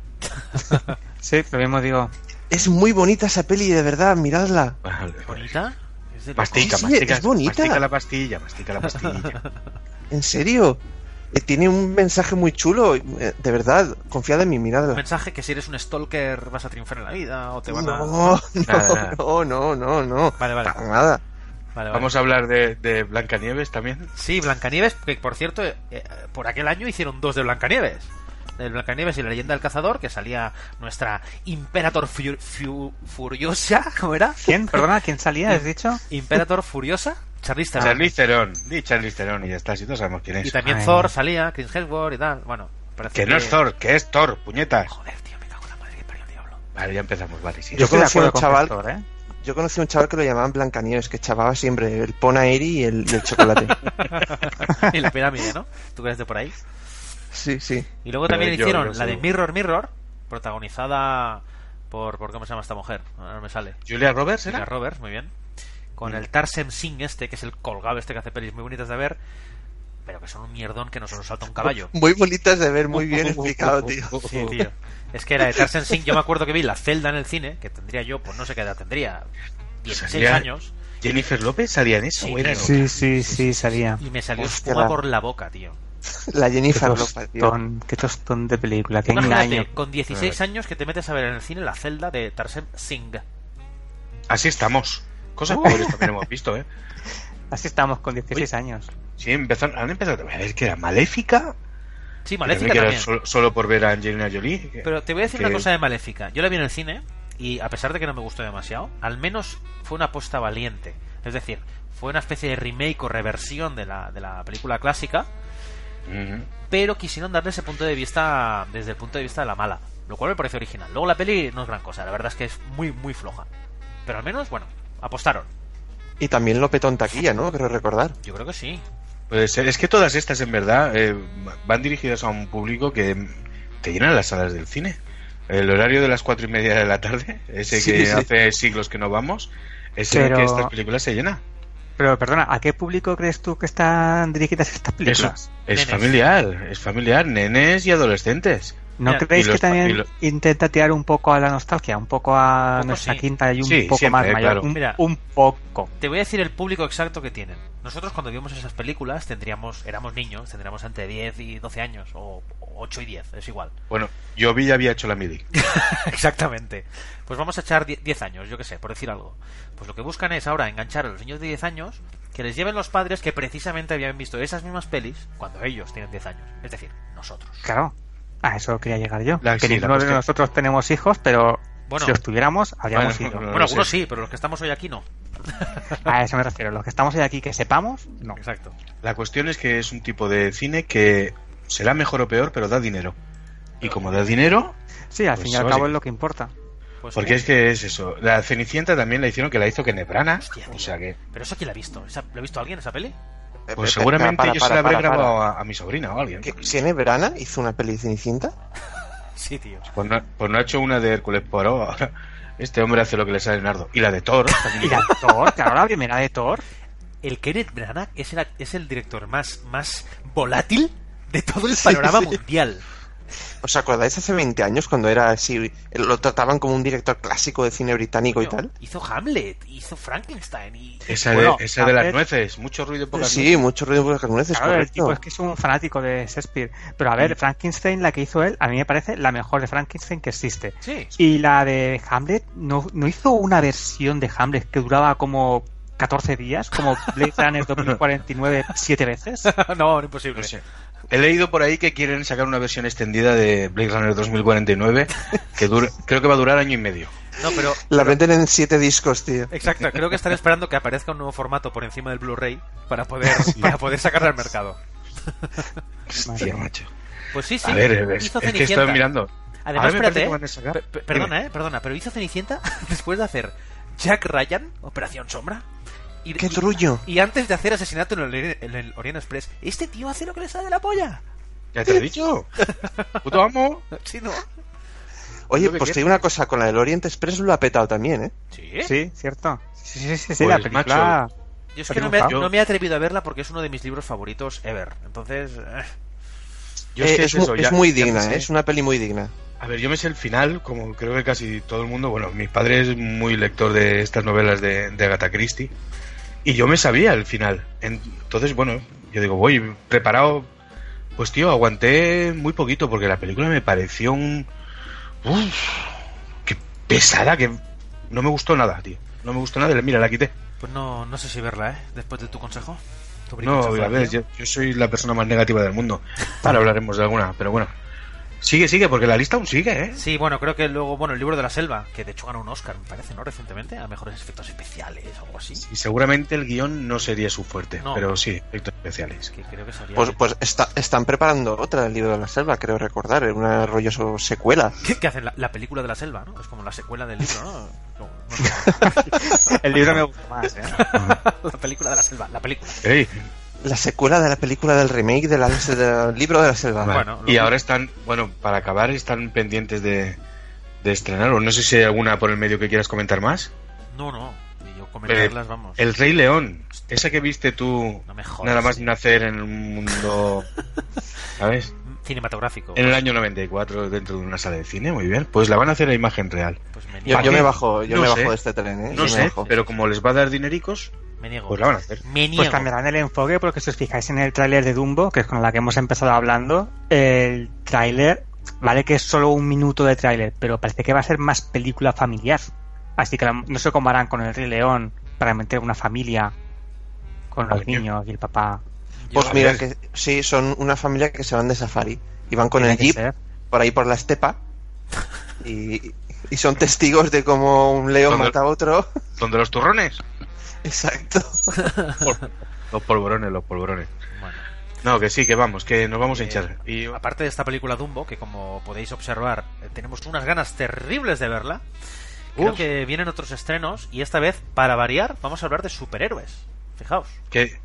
Speaker 2: Sí, lo mismo digo.
Speaker 4: Es muy bonita esa peli, de verdad, miradla.
Speaker 1: ¿Bonita? Es de locos.
Speaker 3: Mastica,
Speaker 4: Sí, sí,
Speaker 3: mastica,
Speaker 4: es bonita.
Speaker 3: mastica la pastilla, mastica la pastilla.
Speaker 4: En serio. Eh, tiene un mensaje muy chulo. eh, De verdad, confiad en mí,
Speaker 1: Un
Speaker 4: miradla.
Speaker 1: mensaje que si eres un stalker vas a triunfar en la vida o te
Speaker 4: No,
Speaker 1: van a...
Speaker 4: no,
Speaker 3: Nada.
Speaker 4: no, no, no, no.
Speaker 1: Vale, vale.
Speaker 4: Para nada.
Speaker 1: Vale, vale.
Speaker 3: Ah, Vamos a hablar de, de Blancanieves también.
Speaker 1: Sí, Blancanieves, que por cierto, eh, eh, por aquel año hicieron dos de Blancanieves. El Blancanieves y la leyenda del cazador, que salía nuestra Imperator Fiu- Fiu- Furiosa, ¿cómo era?
Speaker 2: ¿Quién? Perdona, ¿quién salía? ¿Has dicho?
Speaker 1: Imperator Furiosa, Charlize Theron.
Speaker 3: Charlize Theron, di Charlize Theron y ya está, si todos sabemos quién
Speaker 1: Ah. Y
Speaker 3: es.
Speaker 1: también
Speaker 2: Ay.
Speaker 1: Thor salía, Chris Hemsworth y tal. Bueno, parece
Speaker 3: Que no es Thor, que es Thor, puñetas.
Speaker 1: Joder, tío, me cago en la madre que parió el diablo.
Speaker 3: Vale, ya empezamos, vale, sí.
Speaker 4: Yo
Speaker 2: Estoy de
Speaker 4: conocí a
Speaker 2: acuerdo
Speaker 4: un
Speaker 2: con
Speaker 4: chaval-
Speaker 2: Héctor, ¿eh?
Speaker 4: Yo conocí a un chaval que lo llamaban Blancanieves, que chavaba siempre el Ponaeri y el, y el chocolate.
Speaker 1: y la pirámide, ¿no? Tú que eres de por ahí.
Speaker 4: Sí, sí.
Speaker 1: Y luego
Speaker 3: Pero
Speaker 1: también
Speaker 3: yo
Speaker 1: hicieron
Speaker 3: no
Speaker 1: la
Speaker 3: sé.
Speaker 1: de Mirror Mirror, protagonizada por, por ¿cómo se llama esta mujer? Ahora no me sale.
Speaker 3: Julia Roberts,
Speaker 1: Julia
Speaker 3: ¿era?
Speaker 1: Roberts, muy bien.
Speaker 3: Mm.
Speaker 1: Con el Tarsem Singh este, que es el colgado este que hace pelis muy bonitas de ver, pero que son un mierdón que no se nos salta un caballo.
Speaker 4: Muy bonitas de ver, muy bien explicado, tío.
Speaker 3: Oh.
Speaker 1: Sí, tío. Es que era de Tarsem Singh, yo me acuerdo que vi La Celda en el cine, que tendría yo, pues no sé qué edad tendría, 16
Speaker 3: Salía-
Speaker 1: años,
Speaker 3: Jennifer López salía en eso.
Speaker 1: Sí,
Speaker 3: o era en
Speaker 1: tío.
Speaker 3: otra?
Speaker 2: Sí, sí, sí, salía.
Speaker 1: y me salió
Speaker 4: Hostia.
Speaker 1: espuma por la boca, tío.
Speaker 4: La
Speaker 2: Qué
Speaker 4: Jennifer López, tío.
Speaker 2: tostón, qué tostón de película, qué engaño.
Speaker 1: Imagínate, con 16 años que te metes a ver en el cine La Celda de Tarsem Singh.
Speaker 3: Así estamos. Cosas
Speaker 1: Uh.
Speaker 3: peores también hemos visto, ¿eh?
Speaker 2: Así estamos con 16 años.
Speaker 3: Sí, empezaron, han empezado. A ver, que era Maléfica.
Speaker 1: Sí,
Speaker 3: que
Speaker 1: Maléfica
Speaker 3: era
Speaker 1: también.
Speaker 3: solo, solo por ver a Angelina Jolie.
Speaker 1: Pero te voy a decir
Speaker 3: que-
Speaker 1: una cosa de Maléfica. Yo la vi en el cine y a pesar de que no me gustó demasiado, al menos fue una apuesta valiente. Es decir, fue una especie de remake o reversión de la, de la película clásica
Speaker 3: Ujú.
Speaker 1: pero quisieron darle ese punto de vista desde el punto de vista de la mala, lo cual me parece original. Luego la peli no es gran cosa, la verdad es que es muy, muy floja. Pero al menos, bueno, apostaron.
Speaker 4: Y también lo petó en taquilla, ¿no? Creo recordar.
Speaker 1: Yo creo que sí.
Speaker 3: Puede ser. Es que todas estas, en verdad, eh, van dirigidas a un público que te llenan las salas del cine. El horario de las cuatro y media de la tarde, ese
Speaker 4: Sí,
Speaker 3: que
Speaker 4: sí.
Speaker 3: hace siglos que no vamos, es en el
Speaker 2: Pero-
Speaker 3: que estas películas se llenan.
Speaker 2: Pero perdona, ¿a qué público crees tú que están dirigidas estas
Speaker 3: Eso
Speaker 2: películas?
Speaker 3: es
Speaker 1: Nenes.
Speaker 3: familiar, es familiar, nenes y adolescentes.
Speaker 2: ¿No
Speaker 1: Ya.
Speaker 2: creéis
Speaker 3: Y los
Speaker 2: que también
Speaker 3: papilos.
Speaker 2: intenta tirar un poco a la nostalgia, un poco a
Speaker 1: Un poco
Speaker 2: nuestra
Speaker 1: sí.
Speaker 2: quinta y un
Speaker 3: Sí,
Speaker 2: poco
Speaker 3: siempre,
Speaker 2: más mayor?
Speaker 3: claro.
Speaker 2: Un,
Speaker 1: Mira.
Speaker 2: un poco.
Speaker 1: Te voy a decir el público exacto que tienen. Nosotros cuando vimos esas películas tendríamos, éramos niños, tendríamos entre 10 y 12 años, o 8 y 10, es igual.
Speaker 3: Bueno, yo vi ya había hecho la mili.
Speaker 1: Exactamente. Pues vamos a echar die- 10 años, yo qué sé, por decir algo. Pues lo que buscan es ahora enganchar a los niños de 10 años que les lleven los padres que precisamente habían visto esas mismas pelis cuando ellos tienen 10 años. Es decir, nosotros.
Speaker 2: Claro. A eso quería llegar yo.
Speaker 3: La-
Speaker 2: que
Speaker 3: sí, la
Speaker 2: ninguno de
Speaker 3: cuestión.
Speaker 2: nosotros tenemos hijos, pero
Speaker 1: Bueno.
Speaker 2: si los tuviéramos, habríamos
Speaker 3: Bueno,
Speaker 2: ido.
Speaker 3: no
Speaker 1: bueno,
Speaker 3: lo
Speaker 1: algunos
Speaker 3: sé.
Speaker 1: sí, pero los que estamos hoy aquí no.
Speaker 2: A eso me refiero. Los que estamos hoy aquí que sepamos, no.
Speaker 3: Pues
Speaker 1: Exacto.
Speaker 3: La cuestión es que es un tipo de cine que será mejor o peor, pero da dinero. Y como da dinero,
Speaker 2: Sí, al
Speaker 3: Pues
Speaker 2: fin y al
Speaker 3: sorry.
Speaker 2: cabo es lo que importa.
Speaker 1: Pues,
Speaker 3: porque es que es eso. La Cenicienta también la hicieron que la hizo que Nebrana.
Speaker 1: Hostia, tío.
Speaker 3: O sea que.
Speaker 1: Pero eso quién la ha visto? ¿Esa- ¿La ha visto alguien esa peli?
Speaker 4: Eh,
Speaker 3: Pues
Speaker 4: pe-
Speaker 3: seguramente
Speaker 4: para,
Speaker 3: yo
Speaker 4: para,
Speaker 3: se la habré
Speaker 4: para, para.
Speaker 3: grabado A, a mi sobrina o a alguien. Pues
Speaker 4: ¿Que ¿Siene Verana hizo una peli de Cenicienta?
Speaker 1: Sí, tío.
Speaker 3: Pues no, pues no ha hecho una de Hércules Poirot. ahora. Este hombre hace lo que le sale Nardo. Y la de Thor. también.
Speaker 2: Y la de Thor, claro, la primera de Thor.
Speaker 1: El Kenneth Branagh es el, act- es el director más, más volátil de todo el panorama mundial.
Speaker 4: ¿Os acordáis hace 20 años cuando era así? eh, Lo trataban como un director clásico de cine británico y
Speaker 1: Coño,
Speaker 4: tal.
Speaker 1: Hizo Hamlet, hizo Frankenstein y...
Speaker 3: Esa,
Speaker 2: Bueno,
Speaker 3: de, esa de las
Speaker 2: Hamlet-
Speaker 3: nueces. Mucho ruido y pocas
Speaker 4: Sí, mucho ruido por las carnueces,
Speaker 2: Claro, el tipo
Speaker 4: correcto.
Speaker 2: es que es un fanático de Shakespeare. Pero a ver, Frankenstein, la que hizo él, a mí me parece la mejor de Frankenstein que existe.
Speaker 1: Sí.
Speaker 2: Y la de Hamlet, ¿no, no hizo una versión de Hamlet que duraba como 14 días, como Blade Runner 2049 siete veces?
Speaker 1: no, imposible.
Speaker 3: No sé. He leído por ahí que quieren sacar una versión extendida de Blade Runner 2049 que dura, creo que va a durar año y medio.
Speaker 1: No, pero...
Speaker 4: La venden en siete discos,
Speaker 3: Eh,
Speaker 4: tío.
Speaker 1: Exacto, creo que están esperando que aparezca un nuevo formato por encima del Blu-ray para poder, para poder sacarla al mercado.
Speaker 3: Hostia, macho.
Speaker 1: Pues sí, sí.
Speaker 3: A ver, es,
Speaker 1: hizo
Speaker 3: es que
Speaker 1: Cenicienta.
Speaker 3: estoy mirando.
Speaker 1: Además,
Speaker 3: Ahora me
Speaker 1: espérate,
Speaker 3: parece
Speaker 1: eh,
Speaker 3: que van a sacar-
Speaker 1: pe- pe- perdona, eh, perdona, pero hizo Cenicienta después de hacer Jack Ryan, Operación Sombra, y,
Speaker 4: ¡Qué
Speaker 1: y-
Speaker 4: trullo!
Speaker 1: y antes de hacer Asesinato en el, Ori- en el Orient Express, este tío hace lo que le sale de la polla.
Speaker 3: Ya te he dicho. Puto amo.
Speaker 1: ¿Sí, no?
Speaker 4: Oye,
Speaker 3: Yo que
Speaker 4: pues te
Speaker 3: quiero.
Speaker 4: digo una cosa, con la del Oriente Express lo ha petado también, ¿eh?
Speaker 1: Sí.
Speaker 2: Sí, cierto. Sí, sí, sí, sí,
Speaker 3: Pues,
Speaker 2: la película.
Speaker 1: Yo es que no me,
Speaker 2: Triunfado.
Speaker 1: no me he atrevido a verla porque es uno de mis libros favoritos ever. Entonces, eh,
Speaker 3: Yo
Speaker 4: Eh,
Speaker 3: que
Speaker 4: es, mu-
Speaker 3: eso, ya-
Speaker 4: es muy
Speaker 3: ya me
Speaker 4: digna,
Speaker 3: sé.
Speaker 4: ¿eh? es una peli muy digna.
Speaker 3: A ver, yo me sé el final, como creo que casi todo el mundo. Bueno, mi padre es muy lector de estas novelas de, de Agatha Christie. Y yo me sabía el final. En- Entonces, bueno, yo digo, voy preparado. Pues tío, aguanté muy poquito porque la película me pareció un. Uf, ¡Qué pesada! Que no me gustó nada, tío. No me gustó nada. Mira, la quité.
Speaker 1: pues no, no sé si verla, ¿eh? Después de tu consejo. Tu
Speaker 3: No,
Speaker 1: briconchazo,
Speaker 3: a ver,
Speaker 1: tío.
Speaker 3: yo, yo soy la persona más negativa del mundo. Ahora hablaremos de alguna, pero bueno. Sigue, sigue, porque la lista aún sigue, ¿eh?
Speaker 1: Sí, bueno, creo que luego, bueno, el libro de la selva, que de hecho ganó un Oscar, me parece, ¿no? Recientemente, a mejores efectos especiales o algo así.
Speaker 3: Y seguramente el guión no sería su fuerte,
Speaker 1: No.
Speaker 3: pero sí, efectos especiales.
Speaker 1: Que creo que salía.
Speaker 4: Pues, pues está- están preparando otra del libro de la selva, creo recordar, eh, una rollo so- secuela.
Speaker 1: ¿Qué, qué hacen? La, la película de la selva, ¿no? Es como la secuela del libro, ¿no? No, no sé.
Speaker 2: El libro me gusta más, ¿eh?
Speaker 1: la película de la selva, la película.
Speaker 3: Ey,
Speaker 4: La secuela de la película del remake del del libro de la selva.
Speaker 3: vale.
Speaker 1: bueno, lo
Speaker 3: y
Speaker 1: que-
Speaker 3: ahora están, bueno, para acabar, están pendientes de, de estrenar, o no sé si hay alguna por el medio que quieras comentar más.
Speaker 1: No, no. Y yo comentarlas, vamos.
Speaker 3: Eh, El Rey León, esa que viste tú
Speaker 1: No me jodas,
Speaker 3: nada más
Speaker 1: tío.
Speaker 3: nacer en un mundo, ¿sabes?
Speaker 1: Cinematográfico.
Speaker 3: En el año 94 dentro de una sala de cine, muy bien. Pues la van a hacer a imagen real.
Speaker 1: Pues me
Speaker 4: Yo,
Speaker 1: niego.
Speaker 3: ¿Para
Speaker 4: yo
Speaker 3: qué?
Speaker 4: me bajo, yo
Speaker 3: No
Speaker 4: me
Speaker 3: sé.
Speaker 4: bajo de este tren, ¿eh? Yo
Speaker 3: No
Speaker 4: me
Speaker 3: sé,
Speaker 4: bajo.
Speaker 3: pero como les va a dar dinericos,
Speaker 1: Me niego.
Speaker 3: pues la van a hacer.
Speaker 1: Me niego.
Speaker 2: Pues cambiarán el enfoque, porque si os fijáis en el tráiler de Dumbo, que es con la que hemos empezado hablando, el tráiler, vale que es solo un minuto de tráiler, pero parece que va a ser más película familiar. Así que la- no sé cómo harán con el Rey León para meter una familia con los
Speaker 3: Coño.
Speaker 2: niños y el papá.
Speaker 4: Pues
Speaker 3: Yo-
Speaker 4: mira,
Speaker 3: Yo-
Speaker 4: que sí, son una familia que se van de safari y van con
Speaker 2: Tiene
Speaker 4: el
Speaker 2: que
Speaker 4: jeep
Speaker 2: ser.
Speaker 4: por ahí por la estepa y, y son testigos de cómo un león
Speaker 3: Cuando-
Speaker 4: mata a otro.
Speaker 3: ¿Donde los turrones?
Speaker 4: Exacto.
Speaker 3: Los polvorones, los polvorones.
Speaker 1: Bueno.
Speaker 3: No, que sí, que vamos, que nos vamos a hinchar.
Speaker 1: Eh,
Speaker 3: Y
Speaker 1: Aparte de esta película Dumbo, que como podéis observar, eh, tenemos unas ganas terribles de verla. Creo
Speaker 3: Uf.
Speaker 1: que vienen otros estrenos y esta vez, para variar, vamos a hablar de superhéroes. Fijaos,
Speaker 3: que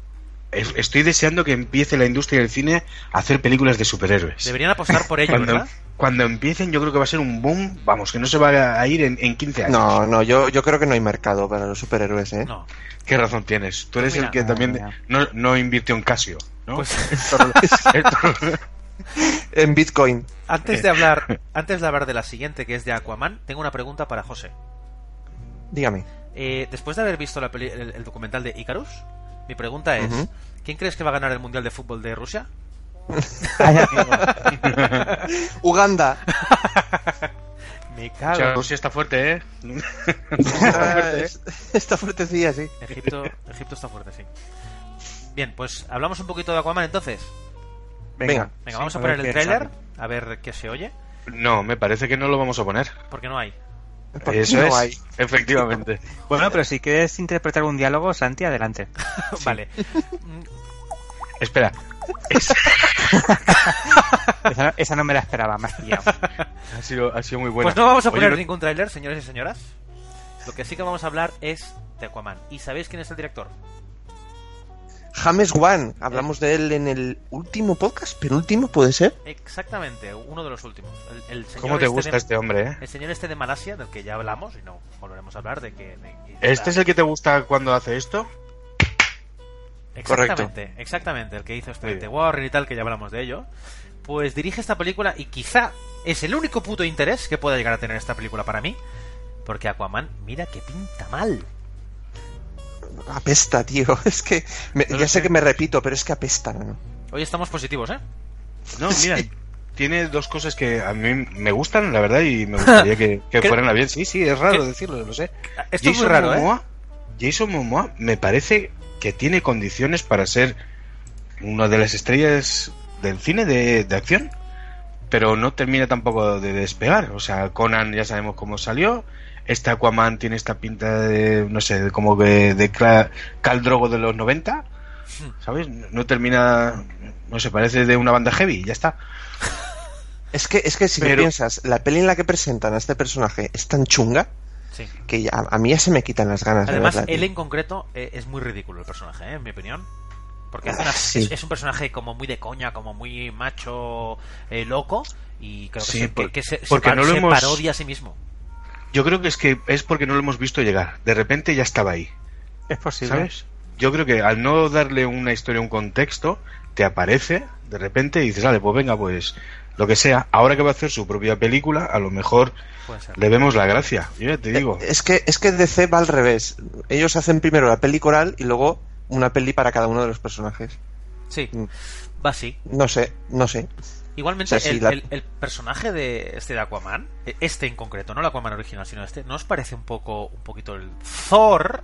Speaker 3: es- estoy deseando que empiece la industria del cine a hacer películas de superhéroes.
Speaker 1: deberían apostar por ello,
Speaker 3: cuando,
Speaker 1: ¿verdad?
Speaker 3: cuando empiecen, yo creo que va a ser un boom, vamos, que no se va a ir en, en 15 años.
Speaker 4: No, no, yo, yo creo que no hay mercado para los superhéroes, ¿eh?
Speaker 1: No.
Speaker 3: Qué razón tienes. Tú eres
Speaker 1: Pues mira.
Speaker 3: el que también
Speaker 2: Ah,
Speaker 3: no, no invirtió en Casio, ¿no?
Speaker 1: Pues
Speaker 4: En Bitcoin.
Speaker 1: antes de hablar, antes de hablar de la siguiente, que es de Aquaman, tengo una pregunta para José.
Speaker 4: Dígame.
Speaker 1: Eh, después de haber visto la peli- el, el documental de Icarus, mi pregunta es:
Speaker 4: Ujú.
Speaker 1: ¿quién crees que va a ganar el mundial de fútbol de Rusia?
Speaker 2: Vaya amigo.
Speaker 4: Uganda.
Speaker 1: Me
Speaker 3: O sea,
Speaker 1: cago.
Speaker 3: Ah, Rusia está fuerte, ¿eh?
Speaker 4: Ah, eh. Está fuertecilla, sí.
Speaker 1: Egipto, Egipto está fuerte, sí. Bien, pues hablamos un poquito de Aquaman entonces.
Speaker 4: Venga.
Speaker 1: Venga,
Speaker 2: Sí,
Speaker 1: vamos a
Speaker 2: ver
Speaker 1: poner el
Speaker 2: qué
Speaker 1: tráiler,
Speaker 2: sale.
Speaker 1: a ver qué se oye,
Speaker 3: No, me parece que no lo vamos a poner.
Speaker 1: porque no hay.
Speaker 4: Porque
Speaker 3: Eso
Speaker 4: no
Speaker 3: es.
Speaker 4: hay.
Speaker 3: Efectivamente.
Speaker 2: Bueno, pero si quieres interpretar un diálogo, Santi, adelante.
Speaker 1: Vale.
Speaker 3: Espera.
Speaker 2: Esa, no- esa no me la esperaba, más pillado.
Speaker 3: Ha sido, ha sido muy buena.
Speaker 1: Pues no vamos a
Speaker 3: Oye,
Speaker 1: poner
Speaker 3: no-
Speaker 1: ningún tráiler, señores y señoras. Lo que sí que vamos a hablar es de Aquaman. ¿Y sabéis quién es el director?
Speaker 4: James Wan. Hablamos de él en el último podcast, penúltimo, ¿puede ser?
Speaker 1: Exactamente, uno de los últimos. El, el señor
Speaker 3: ¿Cómo te
Speaker 1: este
Speaker 3: gusta
Speaker 1: de-
Speaker 3: este hombre, eh?
Speaker 1: El señor este de Malasia, del que ya hablamos y no volveremos a hablar de que... de- y de
Speaker 3: ¿Este
Speaker 1: la-
Speaker 3: es el que te gusta cuando hace esto?
Speaker 1: Exactamente, exactamente, el que hizo
Speaker 3: Muy
Speaker 1: Expediente
Speaker 3: bien.
Speaker 1: Warren y tal, que ya hablamos de ello. Pues dirige esta película y quizá es el único puto interés que pueda llegar a tener esta película para mí. Porque Aquaman, mira que pinta mal.
Speaker 4: Apesta, tío. Es que me-
Speaker 3: No lo
Speaker 4: ya sé
Speaker 3: sé.
Speaker 4: que me repito, pero es que apesta, ¿no?
Speaker 1: Hoy estamos positivos, ¿eh?
Speaker 3: No,
Speaker 4: Sí.
Speaker 3: mira, tiene dos cosas que a mí me gustan, la verdad, y me gustaría que, que
Speaker 1: Creo-
Speaker 3: fueran a bien. Sí, sí, es raro
Speaker 1: creo-
Speaker 3: decirlo, lo sé.
Speaker 1: Esto es muy raro, ¿eh?
Speaker 3: Momoa, Jason Momoa me parece que tiene condiciones para ser una de las estrellas del cine de, de acción, pero no termina tampoco de despegar. O sea, Conan ya sabemos cómo salió. Este Aquaman tiene esta pinta de, no sé, de como que de Cla- Khal Drogo de los 90. ¿Sabes? No termina. No se parece de una banda heavy, ya está.
Speaker 4: Es que, es que si
Speaker 3: Pero-
Speaker 4: lo piensas, la peli en la que presentan a este personaje es tan chunga
Speaker 1: Sí.
Speaker 4: que ya- a mí ya se me quitan las ganas de
Speaker 1: Además,
Speaker 4: verla. tío.
Speaker 1: él en concreto eh, es muy ridículo el personaje, ¿eh? en mi opinión. Porque hace
Speaker 4: Ah,
Speaker 1: una-
Speaker 4: sí.
Speaker 1: es, es un personaje como muy de coña, como muy macho, eh, loco. Y creo que,
Speaker 3: Sí,
Speaker 1: se,
Speaker 3: por-
Speaker 1: que se, se
Speaker 3: porque
Speaker 1: par-
Speaker 3: no lo
Speaker 1: se
Speaker 3: hemos-
Speaker 1: parodia a sí mismo.
Speaker 3: Yo creo que es que es porque no lo hemos visto llegar. De repente ya estaba ahí.
Speaker 2: Es posible.
Speaker 3: ¿Sabes? Yo creo que al no darle una historia, un contexto, te aparece de repente y dices, vale, pues venga, pues lo que sea, ahora que va a hacer su propia película, a lo mejor
Speaker 1: Puede ser.
Speaker 3: le vemos la gracia. Yo ya te digo,
Speaker 4: Es que, es que DC va al revés. Ellos hacen primero la peli coral y luego una peli para cada uno de los personajes.
Speaker 1: Sí,
Speaker 4: Mm.
Speaker 1: va así.
Speaker 4: No sé, no sé.
Speaker 1: Igualmente,
Speaker 4: O sea, sí,
Speaker 1: el,
Speaker 4: la-
Speaker 1: el- el personaje de este de Aquaman, eh, este en concreto, no el Aquaman original, sino este, ¿no os parece un poco, un poquito el Thor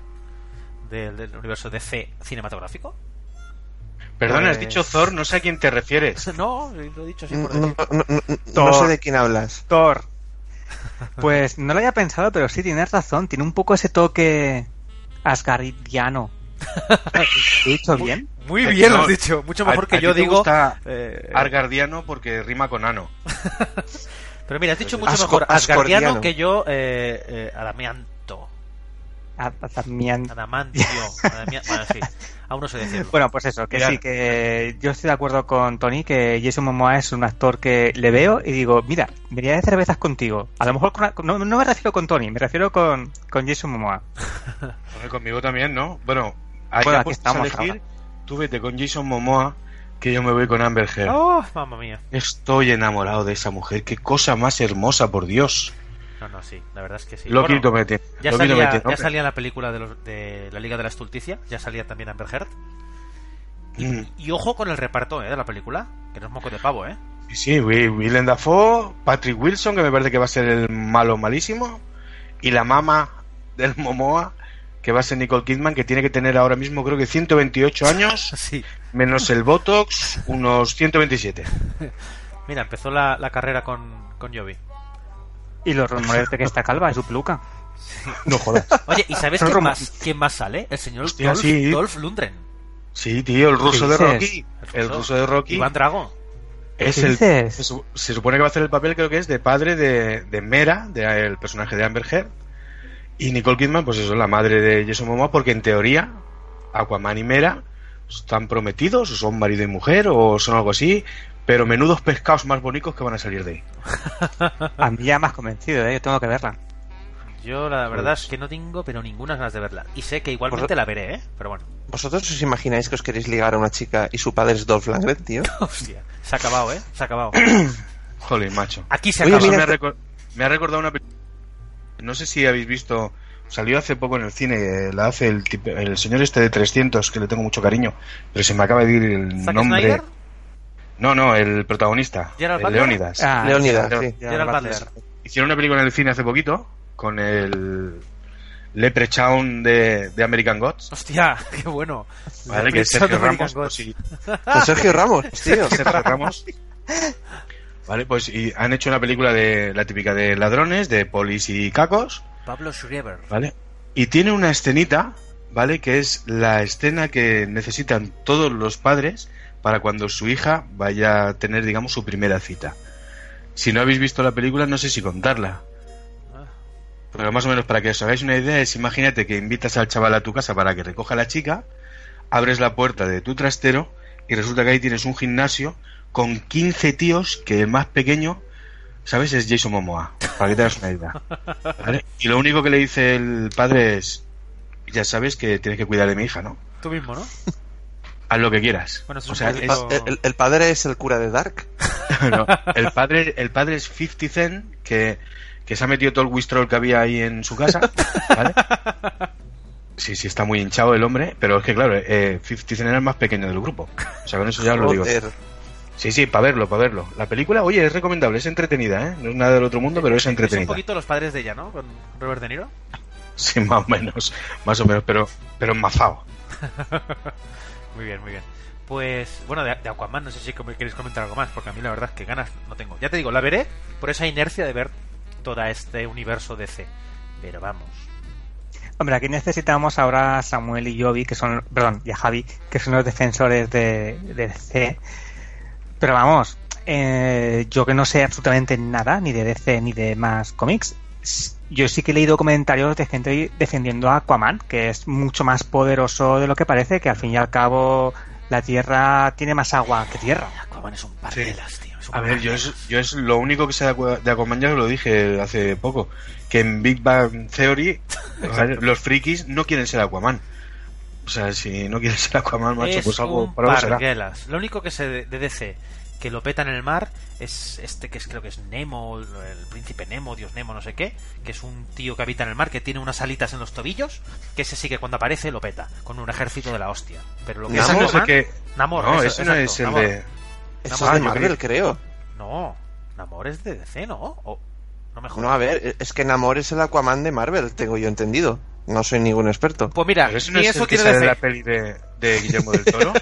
Speaker 1: del, del universo DC cinematográfico?
Speaker 3: perdona, has
Speaker 4: pues-
Speaker 3: dicho Thor, no sé a quién te refieres.
Speaker 1: No, lo he dicho así
Speaker 4: Mm, No,
Speaker 1: por
Speaker 4: no,
Speaker 1: decir.
Speaker 4: no- no- no
Speaker 2: Thor.
Speaker 4: sé de quién hablas.
Speaker 2: Thor. Pues no lo había pensado, pero sí, tienes razón. Tiene un poco ese toque asgardiano. ¿Lo he dicho bien?
Speaker 1: Muy bien lo has
Speaker 3: No,
Speaker 1: dicho, mucho
Speaker 3: a-
Speaker 1: mejor que
Speaker 3: a
Speaker 1: yo
Speaker 3: ti te
Speaker 1: digo.
Speaker 3: gusta
Speaker 1: eh,
Speaker 3: Argardiano porque rima con ano.
Speaker 1: pero mira, has
Speaker 3: eh,
Speaker 1: dicho mucho
Speaker 4: Asco-
Speaker 1: mejor Asgardiano
Speaker 4: Ascordiano.
Speaker 1: que yo eh, eh, Adamianto.
Speaker 2: A- a- Ah, también.
Speaker 1: Adamantio. Adamia- bueno, sí, aún no sé decirlo.
Speaker 2: Bueno, pues eso, que
Speaker 3: Mira.
Speaker 2: sí, que yo estoy de acuerdo con Tony, que Jason Momoa es un actor que le veo y digo, mira, me iría de cervezas contigo. A lo mejor con- no, no me refiero con Tony, me refiero con, con Jason Momoa.
Speaker 3: Hombre, conmigo también, ¿no? Bueno, ahí
Speaker 2: Bueno,
Speaker 3: ya
Speaker 2: aquí
Speaker 3: puestos
Speaker 2: estamos
Speaker 3: a elegir, tú vete con Jason Momoa, que yo me voy con Amber Heard.
Speaker 1: Oh, mamma mía.
Speaker 3: Estoy enamorado de esa mujer, qué cosa más hermosa, por Dios.
Speaker 1: No, no, sí, la verdad es que sí.
Speaker 3: Lo
Speaker 1: Bueno,
Speaker 3: quito, mete.
Speaker 1: Ya
Speaker 3: lo quito,
Speaker 1: salía,
Speaker 3: mete,
Speaker 1: ya
Speaker 3: hombre.
Speaker 1: salía en la película de, los- de la Liga de la Estulticia, ya salía también Amber Heard.
Speaker 3: Mm.
Speaker 1: Y ojo con el reparto ¿eh? de la película, que no es moco de pavo, ¿eh?
Speaker 3: Sí, Sí, Wi- Willem Dafoe, Patrick Wilson, que me parece que va a ser el malo malísimo, y la mama del Momoa, que va a ser Nicole Kidman, que tiene que tener ahora mismo creo que 128 años,
Speaker 1: Sí.
Speaker 3: menos el Botox, unos 127.
Speaker 1: Mira, empezó la, la carrera con, con Jovi.
Speaker 2: Y los rumores de que está calva es su peluca.
Speaker 3: No jodas.
Speaker 1: Oye, ¿y sabes
Speaker 2: Son
Speaker 1: quién
Speaker 2: romo-
Speaker 1: más, quién más sale? El señor
Speaker 3: Hostia,
Speaker 1: Dolph,
Speaker 3: sí.
Speaker 1: Dolph Lundgren.
Speaker 3: Sí, tío, el ruso
Speaker 2: ¿Qué
Speaker 3: de
Speaker 2: dices?
Speaker 3: Rocky. El ruso de Rocky.
Speaker 1: Iván Drago.
Speaker 3: Es
Speaker 2: ¿Qué
Speaker 3: el, se,
Speaker 2: dices?
Speaker 3: su- se supone que va a hacer el papel, creo que es, de padre de, de Mera, del personaje de Amber Heard. Y Nicole Kidman, pues eso, la madre de Jason Momoa, porque en teoría Aquaman y Mera están prometidos, o son marido y mujer, o son algo así, pero menudos pescados más bonitos que van a salir de ahí.
Speaker 2: A mí ya más convencido, ¿eh? Yo tengo que verla.
Speaker 1: Yo la
Speaker 3: Pues
Speaker 1: verdad es que no tengo, pero ninguna ganas de verla. Y sé que igualmente
Speaker 4: Por-
Speaker 1: la veré, ¿eh? Pero bueno,
Speaker 4: ¿Vosotros os imagináis que os queréis ligar a una chica y su padre es Dolph Lundgren, tío?
Speaker 1: hostia, se ha acabado, ¿eh? Se ha acabado.
Speaker 3: Jolín, macho.
Speaker 1: Aquí se
Speaker 4: Oye,
Speaker 1: acaba.
Speaker 3: Eso me,
Speaker 4: mira-
Speaker 3: ha recor- me ha recordado una película. No sé si habéis visto. Salió hace poco en el cine. eh, La hace el, tip- el señor este de 300, que le tengo mucho cariño. Pero se me acaba de ir el
Speaker 1: ¿Zack
Speaker 3: nombre.
Speaker 1: Snyder?
Speaker 3: No, no, el protagonista.
Speaker 1: ¿Gerard
Speaker 3: el
Speaker 1: Butler?
Speaker 3: Leónidas.
Speaker 2: Ah,
Speaker 4: Leonidas,
Speaker 3: claro.
Speaker 4: sí.
Speaker 1: Gerard Butler.
Speaker 3: Hicieron una película en el cine hace poquito. Con el. Leprechaun de, de American Gods.
Speaker 1: Hostia, qué bueno.
Speaker 3: ¿vale? Que es Sergio Ramos. pues, por si-
Speaker 4: Con Sergio Ramos, tío.
Speaker 3: Sergio Ramos. Vale, pues y han hecho una película de la típica de ladrones, de polis y cacos.
Speaker 1: Pablo Schreiber.
Speaker 3: ¿vale? Y tiene una escenita, ¿vale? Que es la escena que necesitan todos los padres para cuando su hija vaya a tener, digamos, su primera cita. Si no habéis visto la película, no sé si contarla. Pero más o menos para que os hagáis una idea es, imagínate que invitas al chaval a tu casa para que recoja a la chica, abres la puerta de tu trastero y resulta que ahí tienes un gimnasio con 15 tíos que el más pequeño, ¿sabes? Es Jason Momoa, para que te hagas una idea. ¿Vale? Y lo único que le dice el padre es, ya sabes que tienes que cuidar de mi hija, ¿no?
Speaker 1: Tú mismo, ¿no?
Speaker 3: Haz lo que quieras.
Speaker 1: Bueno, eso
Speaker 3: o
Speaker 1: es
Speaker 3: sea,
Speaker 1: un
Speaker 4: El,
Speaker 3: es-
Speaker 4: pa- el- el padre es el cura de Dark.
Speaker 3: no, el padre el padre es 50 Cent, que, que se ha metido todo el Wistrol que había ahí en su casa, ¿vale? Sí, sí, está muy hinchado el hombre, pero es que claro, eh, 50 Cent era el más pequeño del grupo. O sea, con eso ya os lo digo.
Speaker 4: Joder.
Speaker 3: Sí, sí, para verlo, para verlo. La película, oye, es recomendable, es entretenida, ¿eh? No es nada del otro mundo, pero es
Speaker 1: Es un
Speaker 3: entretenida.
Speaker 1: poquito los padres de ella, ¿no? Con Robert De Niro.
Speaker 3: Sí, más o menos, más o menos, pero, pero enmazado.
Speaker 1: Muy bien, muy bien. Pues, bueno, de, de Aquaman no sé si como- queréis comentar algo más, porque a mí la verdad es que ganas no tengo. Ya te digo, la veré por esa inercia de ver todo este universo DC. Pero vamos.
Speaker 2: Hombre, aquí necesitamos ahora a Samuel y Jovi, que son, perdón, y a Javi, que son los defensores de, de C. Pero vamos, eh, yo que no sé absolutamente nada, ni de DC ni de más cómics, s- yo sí que he leído comentarios de gente defendiendo a Aquaman, que es mucho más poderoso de lo que parece, que al fin y al cabo la Tierra tiene más agua que Tierra.
Speaker 1: Aquaman es un par
Speaker 3: Sí.
Speaker 1: de las, tío. es un
Speaker 3: A ver,
Speaker 1: par
Speaker 3: yo
Speaker 1: de
Speaker 3: es,
Speaker 1: las.
Speaker 3: yo es lo único que sé de Aqua- de Aquaman, ya os lo dije hace poco, que en Big Bang Theory o sea, los frikis no quieren ser Aquaman. O sea, si no quieren ser Aquaman, macho,
Speaker 1: es
Speaker 3: pues algo
Speaker 1: un
Speaker 3: para algo será.
Speaker 1: parguelas. Lo único que sé de, de DC que lo petan en el mar es este que es, creo que es Nemo, el, el príncipe Nemo, Dios Nemo, no sé qué, que es un tío que habita en el mar que tiene unas alitas en los tobillos, que ese sí que cuando aparece lo peta, con un ejército de la hostia. Pero lo que
Speaker 3: Ese
Speaker 1: es
Speaker 3: no es el
Speaker 1: Aquaman-
Speaker 3: que...
Speaker 1: Namor,
Speaker 3: No,
Speaker 1: eso,
Speaker 3: ese no
Speaker 1: exacto,
Speaker 3: es el
Speaker 1: Namor.
Speaker 3: de...
Speaker 4: Eso
Speaker 3: Ah,
Speaker 4: es de
Speaker 3: yo creí-
Speaker 4: Marvel, creo.
Speaker 1: No, Namor es de DC, ¿no? O- no me jodas.
Speaker 4: No, a ver, es que Namor es el Aquaman de Marvel, tengo yo entendido. No soy ningún experto.
Speaker 1: Pues mira,
Speaker 3: Pero ese no
Speaker 1: ni
Speaker 3: es
Speaker 1: eso
Speaker 3: el que
Speaker 1: tiene
Speaker 3: sale en
Speaker 1: DC.
Speaker 3: la peli de, de Guillermo del Toro.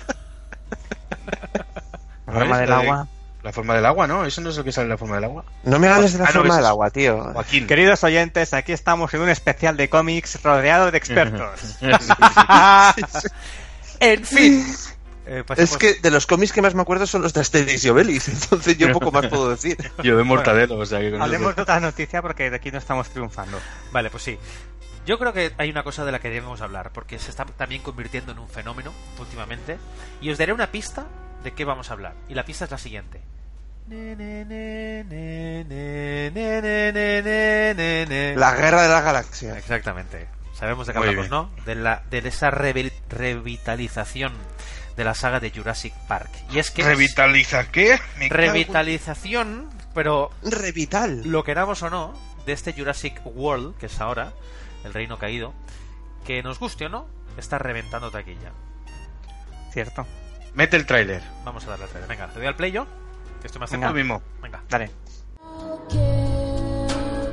Speaker 2: La rama del
Speaker 3: La de-
Speaker 2: agua.
Speaker 3: La forma del agua, ¿no? Eso no es el que sale en la forma del agua.
Speaker 4: No me hables de la
Speaker 3: Ah, no,
Speaker 4: forma
Speaker 3: ese
Speaker 4: del
Speaker 3: es-
Speaker 4: agua, tío.
Speaker 3: Joaquín.
Speaker 2: Queridos oyentes, aquí estamos en un especial de cómics rodeado de expertos. Ah,
Speaker 1: en fin. Eh, pasemos-
Speaker 4: Es
Speaker 3: pues-
Speaker 4: que de los cómics que más me acuerdo son los de Asterix y Obelix, entonces yo poco más puedo decir.
Speaker 3: Yo de Mortadelo, o sea que con eso-
Speaker 2: Hablemos de otra noticia porque de aquí no estamos triunfando.
Speaker 1: Vale, pues sí. Yo creo que hay una cosa de la que debemos hablar, porque se está también convirtiendo en un fenómeno últimamente. Y os daré una pista de qué vamos a hablar. Y la pista es la siguiente.
Speaker 4: La guerra de las galaxias.
Speaker 1: Exactamente. Sabemos de qué
Speaker 3: Muy
Speaker 1: hablamos,
Speaker 3: bien.
Speaker 1: ¿no? De, la, de esa revel- revitalización de la saga de Jurassic Park. Y es que...
Speaker 3: ¿Revitaliza qué? Me cago en-
Speaker 1: Revitalización, pero
Speaker 4: Revital.
Speaker 1: lo queramos o no, de este Jurassic World, que es ahora, el reino caído, que nos guste o no, está reventando taquilla.
Speaker 2: Cierto.
Speaker 3: Mete el tráiler.
Speaker 1: Vamos a darle al trailer. Venga, le doy al play yo, que estoy más
Speaker 3: Lo
Speaker 1: cerca.
Speaker 3: mismo.
Speaker 1: Venga.
Speaker 2: Dale.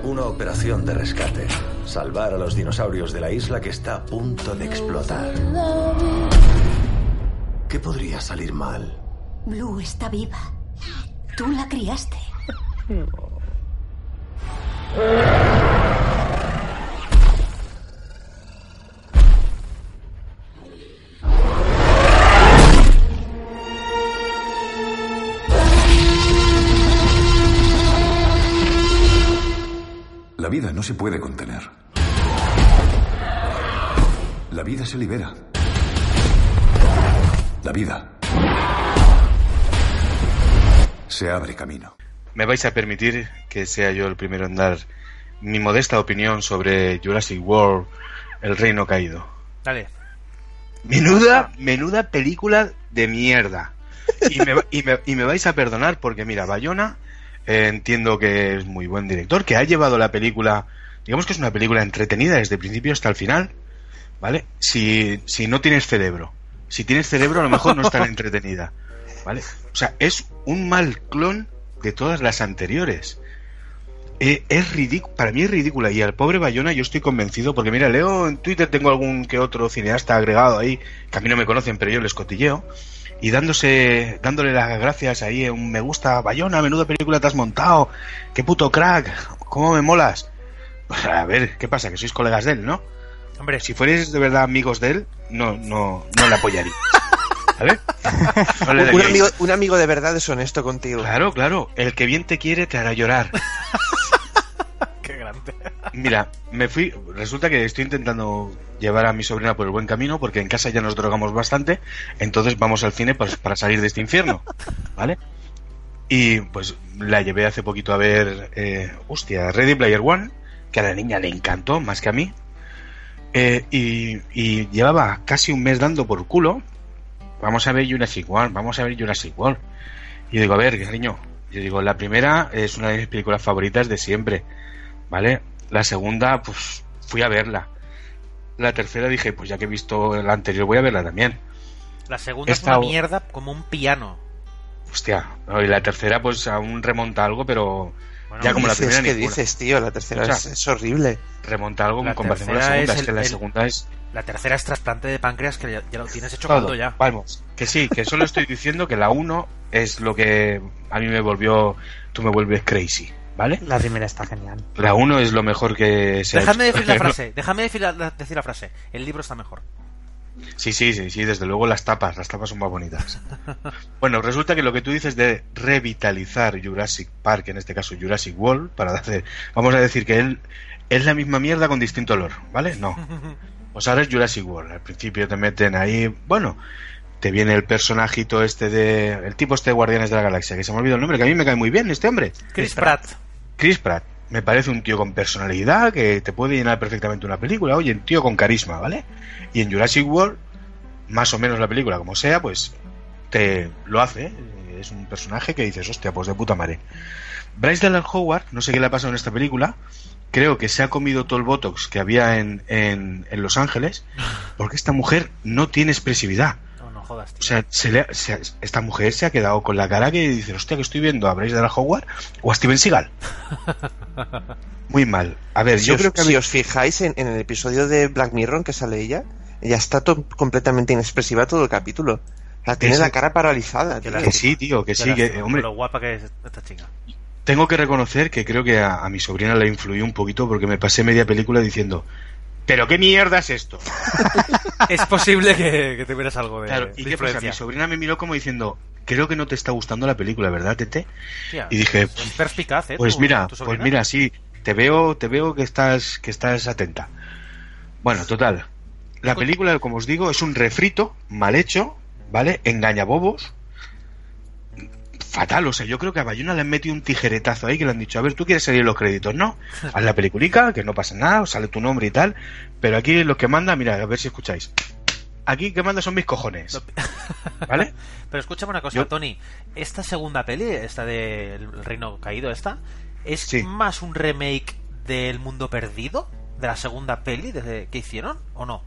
Speaker 7: Una operación de rescate. Salvar a los dinosaurios de la isla que está a punto de explotar. ¿Qué podría salir mal?
Speaker 5: Blue está viva. Tú la criaste.
Speaker 8: se puede contener. La vida se libera. La vida se abre camino.
Speaker 3: Me vais a permitir que sea yo el primero en dar mi modesta opinión sobre Jurassic World, El Reino Caído.
Speaker 1: Dale.
Speaker 3: Menuda, menuda película de mierda. Y me, va- y me- y me vais a perdonar porque, mira, Bayona eh, entiendo que es muy buen director, que ha llevado la película, digamos que es una película entretenida desde el principio hasta el final, ¿vale? Si, si no tienes cerebro. Si tienes cerebro, a lo mejor no es tan entretenida, ¿vale? O sea, es un mal clon de todas las anteriores. Eh, es ridículo, para mí es ridícula y al pobre Bayona yo estoy convencido porque mira, leo en Twitter tengo algún que otro cineasta agregado ahí que a mí no me conocen pero yo les cotilleo y dándose dándole las gracias ahí un me gusta Bayona, menuda película te has montado, qué puto crack, cómo me molas. Pues, A ver, ¿qué pasa? Que sois colegas de él, ¿no?
Speaker 1: Hombre,
Speaker 3: si fuerais de verdad amigos de él, no no no le apoyaría. ¿Vale? No le
Speaker 4: un,
Speaker 3: daríais.
Speaker 4: amigo, un amigo de verdad es honesto contigo.
Speaker 3: Claro, claro, el que bien te quiere te hará llorar.
Speaker 1: Qué grande.
Speaker 3: Mira, me fui. Resulta que estoy intentando llevar a mi sobrina por el buen camino porque en casa ya nos drogamos bastante. Entonces vamos al cine para, para salir de este infierno, ¿vale? Y pues la llevé hace poquito a ver, eh, hostia, Ready Player One, que a la niña le encantó más que a mí. Eh, y, y llevaba casi un mes dando por culo. Vamos a ver Jurassic World, vamos a ver Jurassic World. Y yo digo, a ver, cariño. Yo digo, la primera es una de mis películas favoritas de siempre. ¿vale? La segunda, pues fui a verla. La tercera dije, pues ya que he visto la anterior, voy a verla también.
Speaker 1: La segunda
Speaker 3: Esta
Speaker 1: es
Speaker 3: o-
Speaker 1: una mierda como un piano.
Speaker 3: Hostia, no, y la tercera, pues aún remonta algo, pero
Speaker 1: Bueno,
Speaker 3: ya como la
Speaker 4: dices?
Speaker 3: primera.
Speaker 4: ¿Qué
Speaker 3: ninguna.
Speaker 4: dices, tío? La tercera
Speaker 3: O sea,
Speaker 4: es, es horrible.
Speaker 3: Remonta algo
Speaker 1: La
Speaker 3: en comparación con la
Speaker 1: tercera es
Speaker 3: segunda. Es, que
Speaker 1: el-
Speaker 3: la
Speaker 1: el-
Speaker 3: segunda es.
Speaker 1: La tercera es trasplante de páncreas que ya, ya lo tienes hecho
Speaker 3: todo.
Speaker 1: cuando ya.
Speaker 3: Vamos, que sí, que solo estoy diciendo que la 1 es lo que a mí me volvió. Tú me vuelves crazy, ¿vale?
Speaker 2: La primera está genial.
Speaker 3: La 1 es lo mejor que se ha
Speaker 1: Déjame
Speaker 3: hecho.
Speaker 1: decir la
Speaker 3: No,
Speaker 1: frase, déjame decir la, la- decir la frase. El libro está mejor.
Speaker 3: Sí, sí, sí, sí, desde luego las tapas, las tapas son más bonitas. Bueno, resulta que lo que tú dices de revitalizar Jurassic Park, en este caso Jurassic World, para hacer, vamos a decir que él es la misma mierda con distinto olor, ¿vale? No. Pues ahora es Jurassic World. Al principio te meten ahí, bueno, te viene el personajito este de, el tipo este de Guardianes de la Galaxia, que se me olvidó el nombre, que a mí me cae muy bien este hombre.
Speaker 1: Chris Pratt.
Speaker 3: Chris Pratt. Me parece un tío con personalidad que te puede llenar perfectamente una película. Oye, un tío con carisma, ¿vale? Y en Jurassic World, más o menos la película como sea, pues te lo hace. ¿eh? Es un personaje que dices, hostia, pues de puta madre. Bryce Dallas Howard, no sé qué le ha pasado en esta película. Creo que se ha comido todo el botox que había en, en- en Los Ángeles, porque esta mujer no tiene expresividad.
Speaker 1: No, no jodas,
Speaker 3: O
Speaker 1: tío.
Speaker 3: sea, se le ha- se ha- esta mujer se ha quedado con la cara que dice, hostia, que estoy viendo a Bryce Dallas Howard o a Steven Seagal. Muy mal. A ver, Pues
Speaker 4: si
Speaker 3: yo
Speaker 4: os,
Speaker 3: creo que
Speaker 4: si
Speaker 3: había-
Speaker 4: os fijáis en, en el episodio de Black Mirror en que sale ella, ella está to- completamente inexpresiva todo el capítulo. La tiene
Speaker 3: Ese-
Speaker 4: la cara paralizada.
Speaker 1: Que
Speaker 4: tío.
Speaker 1: la-
Speaker 3: que sí, tío, que
Speaker 1: Ya
Speaker 3: sí,
Speaker 1: la-
Speaker 3: que hombre,
Speaker 1: Lo guapa que es esta chica.
Speaker 3: tengo que reconocer que creo que a, a mi sobrina le influyó un poquito porque me pasé media película diciendo, pero qué mierda es esto.
Speaker 1: es posible que, que tuvieras algo de,
Speaker 3: Claro,
Speaker 1: de
Speaker 3: y qué pasa,
Speaker 1: influencia.
Speaker 3: mi sobrina me miró como diciendo, creo que no te está gustando la película, ¿verdad, Tete?
Speaker 1: Hostia,
Speaker 3: y dije,
Speaker 1: es perspicaz, ¿eh?
Speaker 3: Pues
Speaker 1: tu-
Speaker 3: mira,
Speaker 1: tu
Speaker 3: pues
Speaker 1: sobrina.
Speaker 3: mira, sí, te veo, te veo que estás, que estás atenta. Bueno, total. La película, como os digo, es un refrito mal hecho, ¿vale? Engañabobos. Fatal, o sea, yo creo que a Bayona le han metido un tijeretazo ahí que le han dicho, a ver, tú quieres salir en los créditos, ¿no? Haz la peliculica, que no pasa nada, sale tu nombre y tal, pero aquí los que manda, mira, a ver si escucháis. Aquí que manda son mis cojones, ¿vale?
Speaker 1: Pero escúchame una cosa,
Speaker 3: Yo-
Speaker 1: Tony. Esta segunda peli, esta del Reino Caído, esta, ¿es
Speaker 3: Sí.
Speaker 1: más un remake del Mundo Perdido? ¿De la segunda peli desde que hicieron? ¿O no?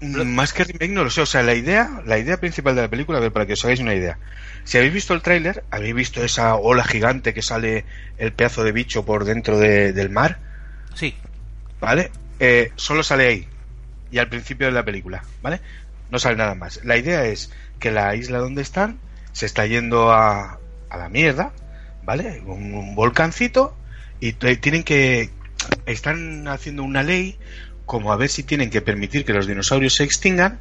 Speaker 3: Mm, Más que remake no lo sé, o sea, la idea, la idea principal de la película, a ver, para que os hagáis una idea. Si habéis visto el tráiler, habéis visto esa ola gigante que sale el pedazo de bicho por dentro de- del mar,
Speaker 1: Sí.
Speaker 3: ¿vale? Eh, solo sale ahí y al principio de la película, ¿vale? No sale nada más. La idea es que la isla donde están se está yendo a, a la mierda, ¿vale? Un, un volcancito y t- tienen que... Están haciendo una ley como a ver si tienen que permitir que los dinosaurios se extingan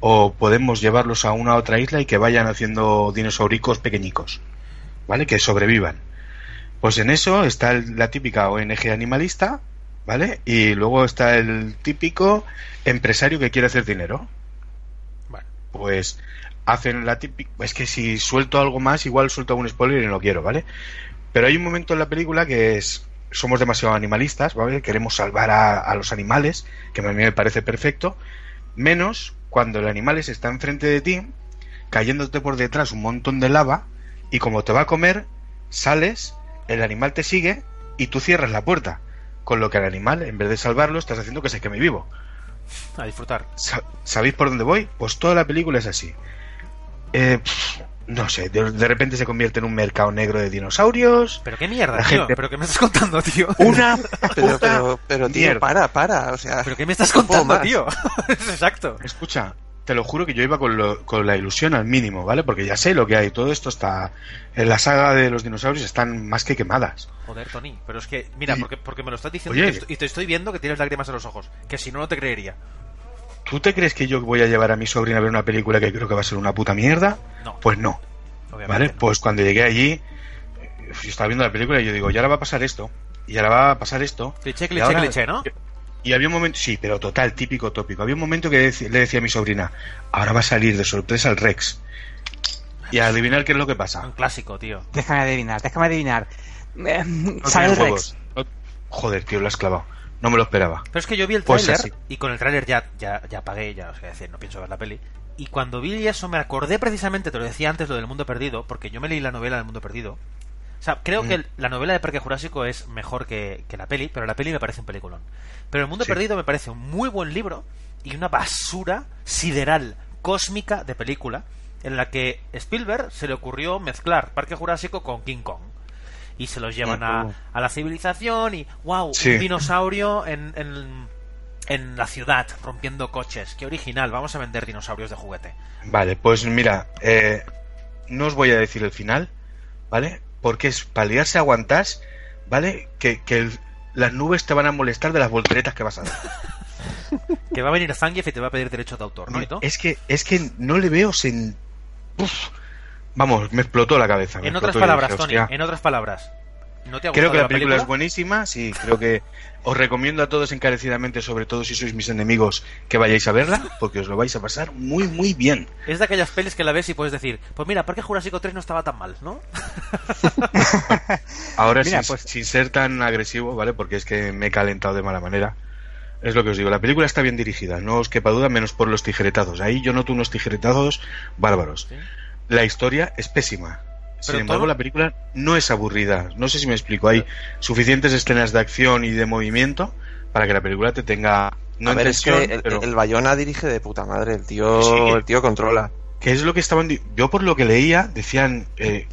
Speaker 3: o podemos llevarlos a una otra isla y que vayan haciendo dinosauricos pequeñicos, ¿vale? Que sobrevivan. Pues en eso está el- la típica ONG animalista ¿vale? Y luego está el típico empresario que quiere hacer dinero. Pues hacen la típica... Es que si suelto algo más, igual suelto algún spoiler y no quiero, ¿vale? Pero hay un momento en la película que es... Somos demasiado animalistas, ¿vale? Queremos salvar a, a los animales, que a mí me parece perfecto. Menos cuando el animal se está enfrente de ti, cayéndote por detrás un montón de lava, y como te va a comer, sales, el animal te sigue y tú cierras la puerta. Con lo que al animal, en vez de salvarlo, estás haciendo que se queme vivo.
Speaker 1: A disfrutar.
Speaker 3: Sa- ¿Sabéis por dónde voy? Pues toda la película es así. Eh, pf, no sé, de, de repente se convierte en un mercado negro de dinosaurios.
Speaker 1: Pero qué mierda,
Speaker 3: La
Speaker 1: tío.
Speaker 3: gente-
Speaker 1: Pero qué me estás contando, tío.
Speaker 3: Una
Speaker 4: Pero,
Speaker 3: puta
Speaker 4: pero, pero tío,
Speaker 3: mierda.
Speaker 4: para, para. O sea,
Speaker 1: Pero qué me estás
Speaker 4: no puedo
Speaker 1: contando,
Speaker 4: más.
Speaker 1: tío. Exacto.
Speaker 3: Escucha, te lo juro que yo iba con, lo- con la ilusión al mínimo, ¿vale? Porque ya sé lo que hay. Todo esto está. En la saga de los dinosaurios están más que quemadas.
Speaker 1: Joder, Tony. Pero es que, mira,
Speaker 3: Y-
Speaker 1: porque, porque me lo estás diciendo y
Speaker 3: Oye.
Speaker 1: te estoy- y te estoy viendo que tienes lágrimas en los ojos. Que si no, no te creería.
Speaker 3: ¿Tú te crees que yo voy a llevar a mi sobrina a ver una película que creo que va a ser una puta mierda?
Speaker 1: No,
Speaker 3: Pues no,
Speaker 1: obviamente.
Speaker 3: ¿vale?
Speaker 1: no.
Speaker 3: Pues cuando llegué allí, eh, yo estaba viendo la película y yo digo, y ahora va a pasar esto, y ahora va a pasar esto.
Speaker 1: Cliché,
Speaker 3: y
Speaker 1: cliché,
Speaker 3: ahora-
Speaker 1: cliché, ¿no?
Speaker 3: Y había un momento, sí, pero total, típico tópico. Había un momento que deci- le decía a mi sobrina, ahora va a salir de sorpresa el Rex. Y a adivinar qué es lo que
Speaker 1: Un
Speaker 3: pasa.
Speaker 1: clásico, tío.
Speaker 2: Déjame adivinar, déjame adivinar. Eh,
Speaker 3: No
Speaker 2: sale el
Speaker 3: tenía
Speaker 2: Rex.
Speaker 3: huevos. No- Joder, tío, lo has clavado. No me lo esperaba.
Speaker 1: Pero es que yo vi el
Speaker 3: Pues
Speaker 1: tráiler
Speaker 3: así.
Speaker 1: y con el tráiler ya, ya, ya pagué, ya os voy a decir, no pienso ver la peli. Y cuando vi eso me acordé precisamente, te lo decía antes, lo del mundo perdido, porque yo me leí la novela del mundo perdido. O sea, creo
Speaker 3: Mm.
Speaker 1: que el- la novela de Parque Jurásico es mejor que, que la peli, pero la peli me parece un peliculón. Pero el mundo
Speaker 3: Sí.
Speaker 1: perdido me parece un muy buen libro y una basura sideral, cósmica de película, en la que Spielberg se le ocurrió mezclar Parque Jurásico con King Kong. Y se los
Speaker 3: Ah,
Speaker 1: llevan a, a la civilización y wow,
Speaker 3: Sí.
Speaker 1: un dinosaurio en, en, en la ciudad rompiendo coches. Qué original, vamos a vender dinosaurios de juguete.
Speaker 3: Vale, pues mira, eh, no os voy a decir el final, ¿vale? Porque es paliarse aguantás, ¿vale? Que, que el- las nubes te van a molestar de las volteretas que vas a dar.
Speaker 1: Que va a venir Zangief y te va a pedir derechos de autor, ¿no? Ito?
Speaker 3: Es que, es que no le veo sin... Uf. Vamos, me explotó la cabeza. me
Speaker 1: En otras
Speaker 3: explotó y
Speaker 1: palabras,
Speaker 3: dije,
Speaker 1: Tony,
Speaker 3: "Hostia".
Speaker 1: en otras palabras. ¿No te ha
Speaker 3: Creo
Speaker 1: gustado
Speaker 3: que la película, es buenísima, sí, creo que os recomiendo a todos encarecidamente, sobre todo si sois mis enemigos, que vayáis a verla, porque os lo vais a pasar muy, muy bien.
Speaker 1: Es de aquellas pelis que la ves y puedes decir, pues mira, Parque Jurásico 3 no estaba tan mal, ¿no?
Speaker 3: Ahora,
Speaker 2: Mira,
Speaker 3: sin,
Speaker 2: pues-
Speaker 3: sin ser tan agresivo, ¿vale? Porque es que me he calentado de mala manera. Es lo que os digo, la película está bien dirigida, no os quepa duda, menos por los tijeretados. Ahí yo noto unos tijeretados bárbaros.
Speaker 1: Sí.
Speaker 3: La historia es pésima. Sin
Speaker 1: Pero
Speaker 3: embargo,
Speaker 1: todo-
Speaker 3: la película no es aburrida. No sé si me explico. Hay suficientes escenas de acción y de movimiento para que la película te tenga. No
Speaker 4: a
Speaker 3: en
Speaker 4: ver, es que
Speaker 3: tensión,
Speaker 4: el,
Speaker 3: pero-
Speaker 4: el Bayona dirige de puta madre. El tío,
Speaker 3: Sí.
Speaker 4: el tío controla.
Speaker 3: que es lo que estaban di- yo por lo que leía decían eh,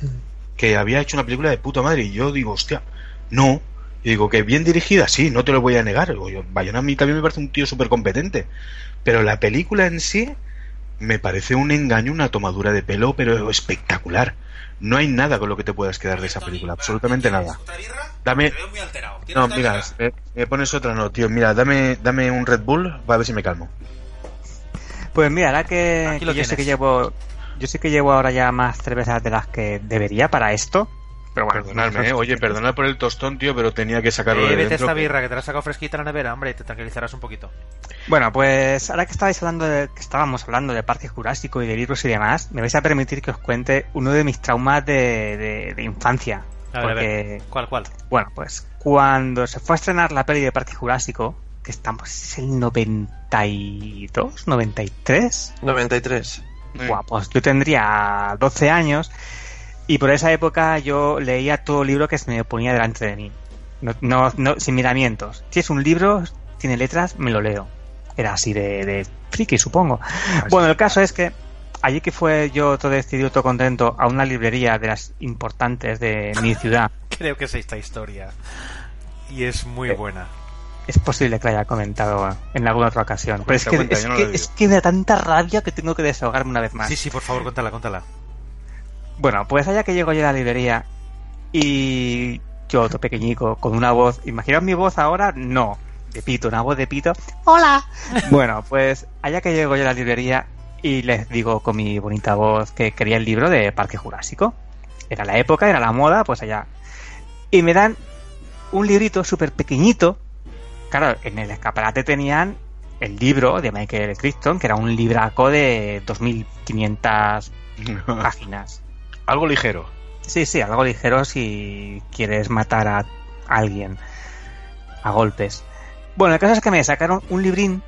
Speaker 3: que había hecho una película de puta madre y yo digo hostia no y digo que bien dirigida sí no te lo voy a negar Digo, yo, Bayona a mí también me parece un tío súper competente pero la película en sí me parece un engaño una tomadura de pelo pero espectacular no hay nada con lo que te puedas quedar de esa película absolutamente nada dame no mira eh, me pones otra no tío mira dame dame un Red Bull va a ver si me calmo
Speaker 2: Pues mira, ahora que,
Speaker 1: Aquí
Speaker 2: que
Speaker 1: lo
Speaker 2: yo sé que
Speaker 1: tienes.
Speaker 2: llevo yo sé que llevo ahora ya más cervezas de las que debería para esto. Pero bueno,
Speaker 3: Perdonadme, eh. oye, perdonad por el tostón, tío, pero tenía que sacarlo de
Speaker 1: Eh, vete
Speaker 3: dentro.
Speaker 1: esta birra que te la has sacado fresquita en la nevera, hombre, y te tranquilizarás un poquito.
Speaker 2: Bueno, pues ahora que estabais hablando de, que estábamos hablando de Parque Jurásico y de libros y demás, me vais a permitir que os cuente uno de mis traumas de, de- de infancia.
Speaker 1: A ver, a ver.
Speaker 2: Porque,
Speaker 1: ¿Cuál, cuál?
Speaker 2: bueno, pues cuando se fue a estrenar la peli de Parque Jurásico, que estamos, es el 92, 93,
Speaker 4: 93.
Speaker 3: Sí.
Speaker 2: Buah, pues yo tendría 12 años y por esa época yo leía todo libro que se me ponía delante de mí. No, no, no- sin miramientos. Si es un libro, tiene letras, me lo leo. Era así de, de friki, supongo. Bueno, el caso es que allí que fue yo todo decidido, todo contento, a una librería de las importantes de mi ciudad,
Speaker 1: Creo que es esta historia. Y es
Speaker 3: Eh,
Speaker 1: muy buena.
Speaker 2: es posible que la haya comentado en alguna otra ocasión. Pero es que,
Speaker 3: cuenta,
Speaker 2: es,
Speaker 3: yo no lo
Speaker 2: que,
Speaker 3: digo.
Speaker 2: es que me da tanta rabia que tengo que desahogarme una vez más.
Speaker 1: Sí, sí, por favor, cuéntala, cuéntala.
Speaker 2: Bueno, pues allá que llego yo a la librería y yo, todo pequeñico, con una voz, imaginaos mi voz ahora, no, de pito, una voz de pito, ¡hola! Bueno, pues allá que llego yo a la librería y les digo con mi bonita voz que quería el libro de Parque Jurásico. Era la época, era la moda, pues allá. Y me dan un librito súper pequeñito, claro, en el escaparate tenían el libro de Michael Crichton, que era un libraco de 2.500 páginas.
Speaker 3: Algo ligero.
Speaker 2: Sí, sí, algo ligero si quieres matar a alguien a golpes. Bueno, el caso es que me sacaron un librín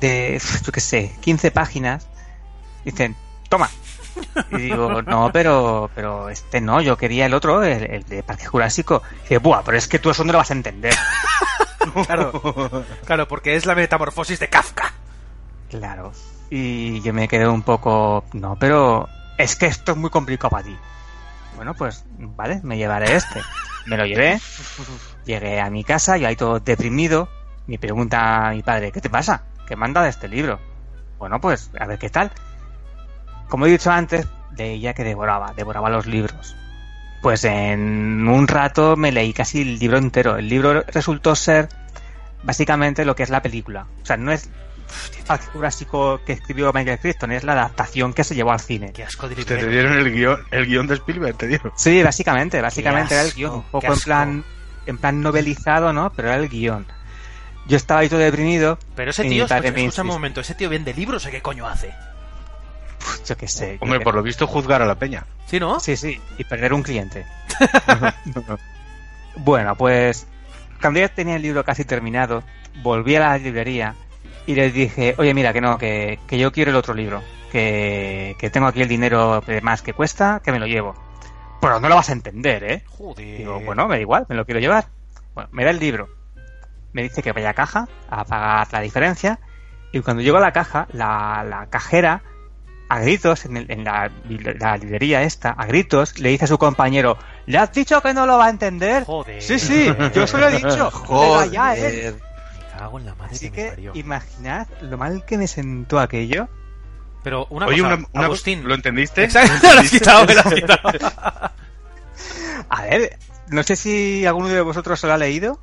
Speaker 2: de, yo qué sé, 15 páginas. Dicen, toma. Y digo, no, pero, pero este no, yo quería el otro, el, el de Parque Jurásico. Y dice, buah, pero es que tú eso no lo vas a entender.
Speaker 1: Claro, claro, porque es la metamorfosis de Kafka.
Speaker 2: Claro. Y yo me quedé un poco, no, pero es que esto es muy complicado para ti. Bueno, pues vale, me llevaré este. Me lo llevé. Llegué a mi casa, yo ahí todo deprimido. Me pregunta a mi padre, ¿qué te pasa? ¿Qué manda de este libro? Bueno, pues a ver qué tal. Como he dicho antes, leía que devoraba, devoraba los libros. Pues en un rato me leí casi el libro entero. El libro resultó ser básicamente lo que es la película. O sea, no es el jurásico que escribió Michael Crichton, es la adaptación que se llevó al cine.
Speaker 1: Qué asco de
Speaker 3: Te,
Speaker 1: librero.
Speaker 3: dieron el guión, el guión de Spielberg, te dieron.
Speaker 2: Sí, básicamente, básicamente era el
Speaker 1: asco,
Speaker 2: guión. Un
Speaker 1: qué
Speaker 2: poco en
Speaker 1: asco.
Speaker 2: plan, en plan novelizado, ¿no? Pero era el guión. Yo estaba ahí todo deprimido.
Speaker 1: Pero ese
Speaker 2: y mi
Speaker 1: tío, escucha,
Speaker 2: padre me
Speaker 1: escucha un
Speaker 2: insiste,
Speaker 1: momento, ese tío vende libros, ¿o qué coño hace?
Speaker 2: "Puf, Yo qué sé. yo
Speaker 3: Hombre,
Speaker 2: qué
Speaker 3: por lo visto juzgar a la peña.
Speaker 1: ¿Sí, no?
Speaker 2: Sí, sí, y perder un cliente. bueno, pues cuando ya tenía el libro casi terminado, volví a la librería y les dije, oye, mira, que no, que, que yo quiero el otro libro, que, que tengo aquí el dinero de más que cuesta, que me lo llevo. Pero no lo vas a entender, ¿eh?
Speaker 1: Joder.
Speaker 2: Digo, bueno, me da igual, me lo quiero llevar. Bueno, me da el libro. Me dice que vaya a caja a pagar la diferencia. Y cuando llego a la caja, la, la cajera, a gritos, en, el- en la, bil- la librería esta, a gritos, le dice a su compañero, ¿le has dicho que no lo va a entender?
Speaker 1: Joder.
Speaker 2: Sí, sí, yo se lo he dicho. Joder. Ya, él.
Speaker 1: Me cago en la madre
Speaker 2: Así
Speaker 1: que, me
Speaker 2: que
Speaker 1: parió.
Speaker 2: imaginad lo mal que me sentó aquello.
Speaker 1: Pero una
Speaker 3: Oye,
Speaker 1: cosa,
Speaker 3: una, una-
Speaker 1: Agustín.
Speaker 3: ¿lo entendiste?
Speaker 1: Exacto, me lo has quitado, me lo has quitado.
Speaker 2: A ver, no sé si alguno de vosotros lo ha leído.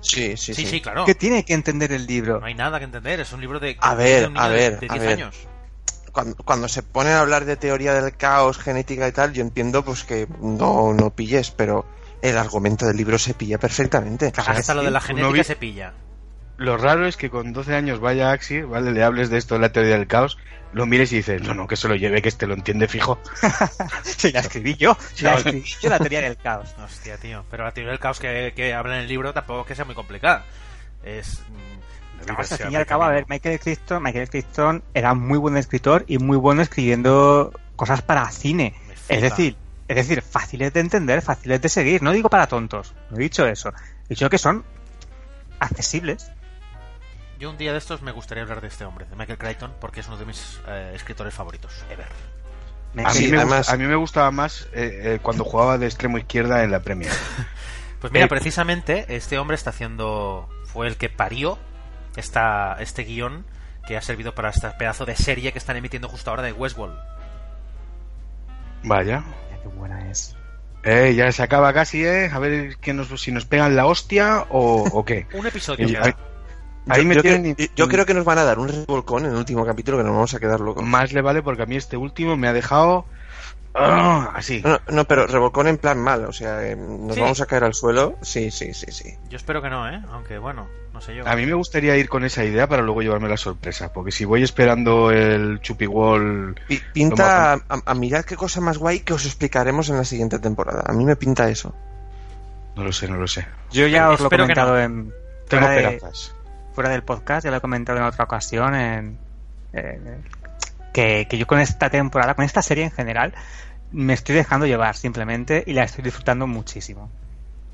Speaker 4: Sí, sí, sí.
Speaker 1: Sí, sí, claro.
Speaker 2: Que tiene que entender el libro.
Speaker 1: No hay nada que entender, es un libro de...
Speaker 4: A
Speaker 1: de
Speaker 4: ver,
Speaker 1: un niño
Speaker 4: a
Speaker 1: de-
Speaker 4: ver,
Speaker 1: De
Speaker 4: a
Speaker 1: 10
Speaker 4: ver.
Speaker 1: años.
Speaker 4: Cuando, cuando se ponen a hablar de teoría del caos, genética y tal, yo entiendo pues que no, no pilles, pero el argumento del libro se pilla perfectamente.
Speaker 1: O sea, hasta lo de la genética
Speaker 3: vi-
Speaker 1: se pilla.
Speaker 3: Lo raro es que con 12 años vaya Axi, ¿vale? Le hables de esto de la teoría del caos, lo mires y dices, no, no, que se lo lleve, que este lo entiende fijo.
Speaker 2: Si la escribí yo, si la escribí yo la teoría del caos.
Speaker 1: Hostia, tío. Pero la teoría del caos que, que habla en el libro tampoco es que sea muy complicada. Es... mm,
Speaker 2: No,
Speaker 1: la
Speaker 2: o sea, Pues
Speaker 1: universidad
Speaker 2: al fin y
Speaker 1: del
Speaker 2: al cabo, a
Speaker 1: camino.
Speaker 2: ver, Michael Crichton, Michael Crichton era muy buen escritor y muy bueno escribiendo cosas para cine.
Speaker 1: Me flipa.
Speaker 2: Es decir, es decir, fáciles de entender, fáciles de seguir. No digo para tontos, no he dicho eso. He dicho que son accesibles.
Speaker 1: Yo un día de estos me gustaría hablar de este hombre, de Michael Crichton, porque es uno de mis eh, escritores favoritos, ever.
Speaker 2: Me-
Speaker 3: A mí,
Speaker 4: Sí,
Speaker 3: me,
Speaker 4: además-
Speaker 3: gust- a mí me gustaba más eh, eh, cuando jugaba de extremo izquierda en la Premier.
Speaker 1: Pues mira,
Speaker 3: Eh,
Speaker 1: precisamente este hombre está haciendo. fue el que parió esta, este guión que ha servido para este pedazo de serie que están emitiendo justo ahora de Westworld.
Speaker 3: Vaya.
Speaker 2: Mira qué buena es.
Speaker 3: Eh, ya se acaba casi, ¿eh? A ver qué nos, si nos pegan la hostia o, o qué.
Speaker 1: Un episodio.
Speaker 3: Y
Speaker 1: queda.
Speaker 3: ahí ahí
Speaker 4: yo,
Speaker 3: me
Speaker 4: yo
Speaker 3: tienen-
Speaker 4: creo, yo creo que nos van a dar un revolcón en el último capítulo que nos vamos a quedar locos.
Speaker 3: Más le vale porque a mí este último me ha dejado... ah, así.
Speaker 4: No, no, pero revolcón en plan mal, o sea, eh, nos
Speaker 1: Sí.
Speaker 4: vamos a caer al suelo. Sí, sí, sí, sí.
Speaker 1: Yo espero que no, ¿eh? Aunque bueno, no sé yo.
Speaker 3: A mí me gustaría ir con esa idea para luego llevarme la sorpresa, porque si voy esperando el chupiwall...
Speaker 4: Pi- Pinta a, a mirar qué cosa más guay que os explicaremos en la siguiente temporada. A mí me pinta eso.
Speaker 3: No lo sé, no lo sé.
Speaker 2: Yo ya os lo he
Speaker 1: Espero que
Speaker 2: comentado en.
Speaker 3: Tengo
Speaker 2: fuera de-
Speaker 3: esperanzas.
Speaker 2: fuera del podcast, ya lo he comentado en otra ocasión, en- en- que, que yo con esta temporada, con esta serie en general, me estoy dejando llevar simplemente y la estoy disfrutando muchísimo.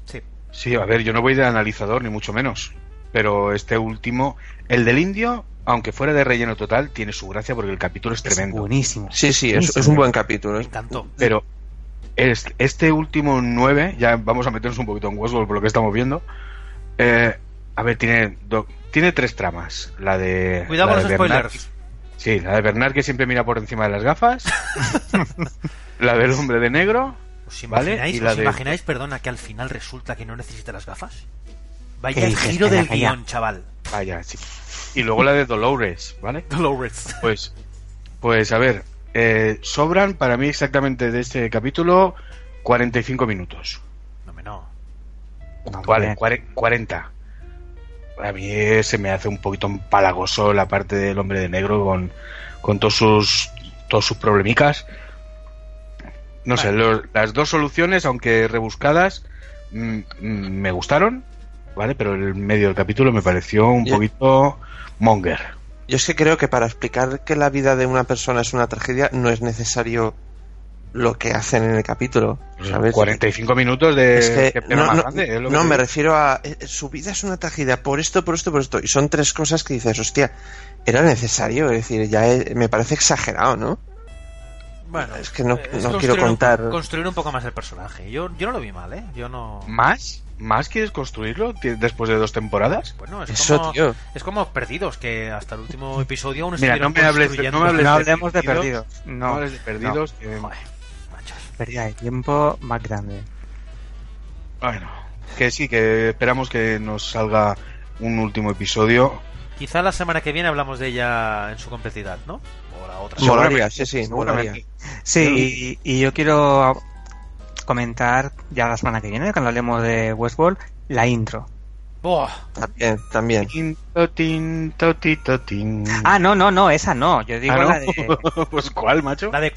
Speaker 1: Sí.
Speaker 3: Sí, a ver, yo no voy de analizador, ni mucho menos. Pero este último, el del indio, aunque fuera de relleno total, tiene su gracia porque el capítulo es
Speaker 2: Es
Speaker 3: tremendo.
Speaker 2: buenísimo.
Speaker 4: Sí, sí, es, es un buen capítulo.
Speaker 1: Me
Speaker 4: es-
Speaker 1: encantó.
Speaker 3: Pero es- este último 9, ya vamos a meternos un poquito en Westworld por lo que estamos viendo. eh, a ver, tiene, do- tiene tres tramas. La de.
Speaker 1: Cuidado
Speaker 3: la
Speaker 1: con los
Speaker 3: de Bernard-
Speaker 1: spoilers.
Speaker 3: Sí, la de Bernard que siempre mira por encima de las gafas. la del hombre de negro.
Speaker 1: ¿Os
Speaker 3: Vale,
Speaker 1: imagináis,
Speaker 3: y la
Speaker 1: os
Speaker 3: de-
Speaker 1: imagináis, perdona, que al final resulta que no necesita las gafas? Vaya
Speaker 2: ¿Qué
Speaker 1: el
Speaker 2: dices?
Speaker 1: giro del
Speaker 2: Calla, calla.
Speaker 1: guión, chaval.
Speaker 3: Vaya, sí. Y luego la de Dolores, ¿vale?
Speaker 1: Dolores.
Speaker 3: Pues, pues a ver, eh, sobran para mí exactamente de este capítulo 45 minutos.
Speaker 1: No, me no.
Speaker 2: No,
Speaker 3: vale,
Speaker 2: bien.
Speaker 3: cuare- 40. a mí eh, se me hace un poquito empalagoso la parte del hombre de negro con, con todos sus todos sus problemicas. No sé, lo- las dos soluciones, aunque rebuscadas, mm, mm, me gustaron, ¿vale? Pero el medio del capítulo me pareció un
Speaker 4: Ya.
Speaker 3: poquito monger.
Speaker 4: Yo es que creo que para explicar que la vida de una persona es una tragedia no es necesario lo que hacen en el capítulo,
Speaker 3: Mm,
Speaker 4: ¿sabes?
Speaker 3: 45 minutos de...
Speaker 4: es que
Speaker 3: de pena
Speaker 4: no,
Speaker 3: más
Speaker 4: no-
Speaker 3: grande, es lo
Speaker 4: no,
Speaker 3: que te-
Speaker 4: me refiero a eh, eh, su vida es una tragedia por esto, por esto, por esto. Y son tres cosas que dices, hostia, era necesario, es decir, ya eh, me parece exagerado, ¿no?
Speaker 1: Bueno,
Speaker 4: Es que no-
Speaker 1: eh,
Speaker 4: no
Speaker 1: es
Speaker 4: quiero
Speaker 1: construir un-
Speaker 4: contar.
Speaker 1: Construir un poco más el personaje. Yo, yo no lo vi mal, ¿eh? Yo no.
Speaker 3: Mm. ¿Más? ¿Más quieres construirlo ti- después de dos temporadas?
Speaker 1: Bueno, es
Speaker 3: Eso,
Speaker 1: como,
Speaker 3: tío.
Speaker 1: es como perdidos, que hasta el último episodio aún
Speaker 3: Mira, no
Speaker 1: estuvieron
Speaker 3: me hables de, no me
Speaker 1: construyendo.
Speaker 3: hables
Speaker 2: No hablemos de Perdidos.
Speaker 3: No,
Speaker 2: No,
Speaker 3: hables de perdidos. que-
Speaker 2: Pérdida de tiempo más grande.
Speaker 3: Bueno, que sí, que esperamos que nos salga un último episodio.
Speaker 1: Quizá la semana que viene hablamos de ella en su completitud, ¿no? O la otra.
Speaker 4: Molaría, sí, sí,
Speaker 1: Seguramente.
Speaker 4: molaría.
Speaker 2: Sí, y, y yo quiero comentar ya la semana que viene, cuando hablemos de Westworld, la intro.
Speaker 1: Buah.
Speaker 4: También, también.
Speaker 3: Totin, totin, totin.
Speaker 2: Ah, no, no, no, esa no. Yo digo
Speaker 3: Ah, ¿no?
Speaker 2: la de.
Speaker 3: pues ¿cuál, macho?
Speaker 1: La de.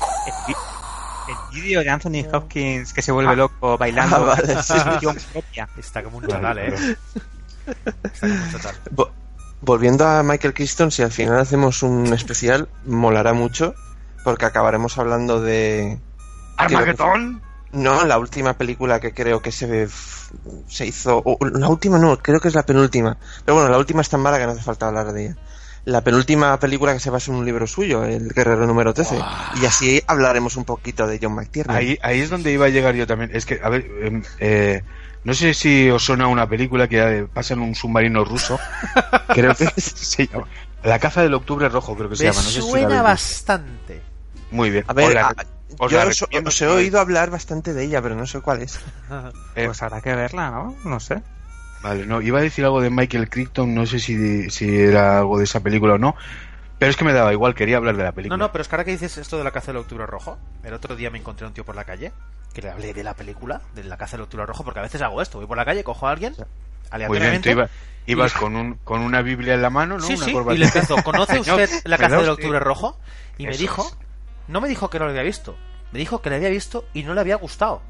Speaker 2: El vídeo de Anthony Hopkins que se vuelve
Speaker 1: Ah.
Speaker 2: loco bailando.
Speaker 4: Ah, vale, sí, sí.
Speaker 2: Yo propia.
Speaker 1: Está como un total, ¿eh? Está como un total.
Speaker 4: Vo- Volviendo a Michael Keaton, si al final hacemos un especial, molará mucho, porque acabaremos hablando de...
Speaker 3: ¿Armagedón?
Speaker 4: No, la última película que creo que se, se hizo... o- o la última no, creo que es la penúltima. Pero bueno, la última es tan mala que no hace falta hablar de ella. La penúltima película que se basa en un libro suyo, El Guerrero número 13. Y así hablaremos un poquito de John McTiernan.
Speaker 3: Ahí, ahí es donde iba a llegar yo también. Es que, a ver, em, eh, no sé si os suena una película que eh, pasa en un submarino ruso. Creo que se llama. La caza del octubre rojo, creo que Pues se
Speaker 1: Me
Speaker 3: llama. No sé si la
Speaker 1: suena
Speaker 3: habéis visto.
Speaker 1: bastante.
Speaker 3: Muy bien.
Speaker 4: A ver,
Speaker 3: Os la-
Speaker 4: a-
Speaker 3: os
Speaker 4: yo
Speaker 3: la
Speaker 4: os,
Speaker 3: recomiendo.
Speaker 4: os he oído hablar bastante de ella, pero no sé cuál es.
Speaker 3: Eh,
Speaker 2: Pues habrá que verla, ¿no? No sé.
Speaker 3: Vale, no, iba a decir algo de Michael Crichton, no sé si, si era algo de esa película o no, pero es que me daba igual, quería hablar de la película.
Speaker 1: No, no, pero es que ahora que dices esto de la caza del octubre rojo, el otro día me encontré a un tío por la calle que le hablé de la película, de la caza del octubre rojo, porque a veces hago esto, voy por la calle, cojo a alguien,
Speaker 3: Muy bien, tú
Speaker 1: aleatoriamente,
Speaker 3: iba- ibas con, un, con una Biblia en la mano, ¿no?
Speaker 1: sí,
Speaker 3: Una
Speaker 1: sí,
Speaker 3: corbata.
Speaker 1: y le empezó, ¿conoce
Speaker 3: Señor,
Speaker 1: usted la caza
Speaker 3: cuidado,
Speaker 1: del
Speaker 3: sí.
Speaker 1: octubre rojo? Y me
Speaker 3: Eso
Speaker 1: dijo,
Speaker 3: es.
Speaker 1: no me dijo que no lo había visto, me dijo que la había visto y no le había gustado.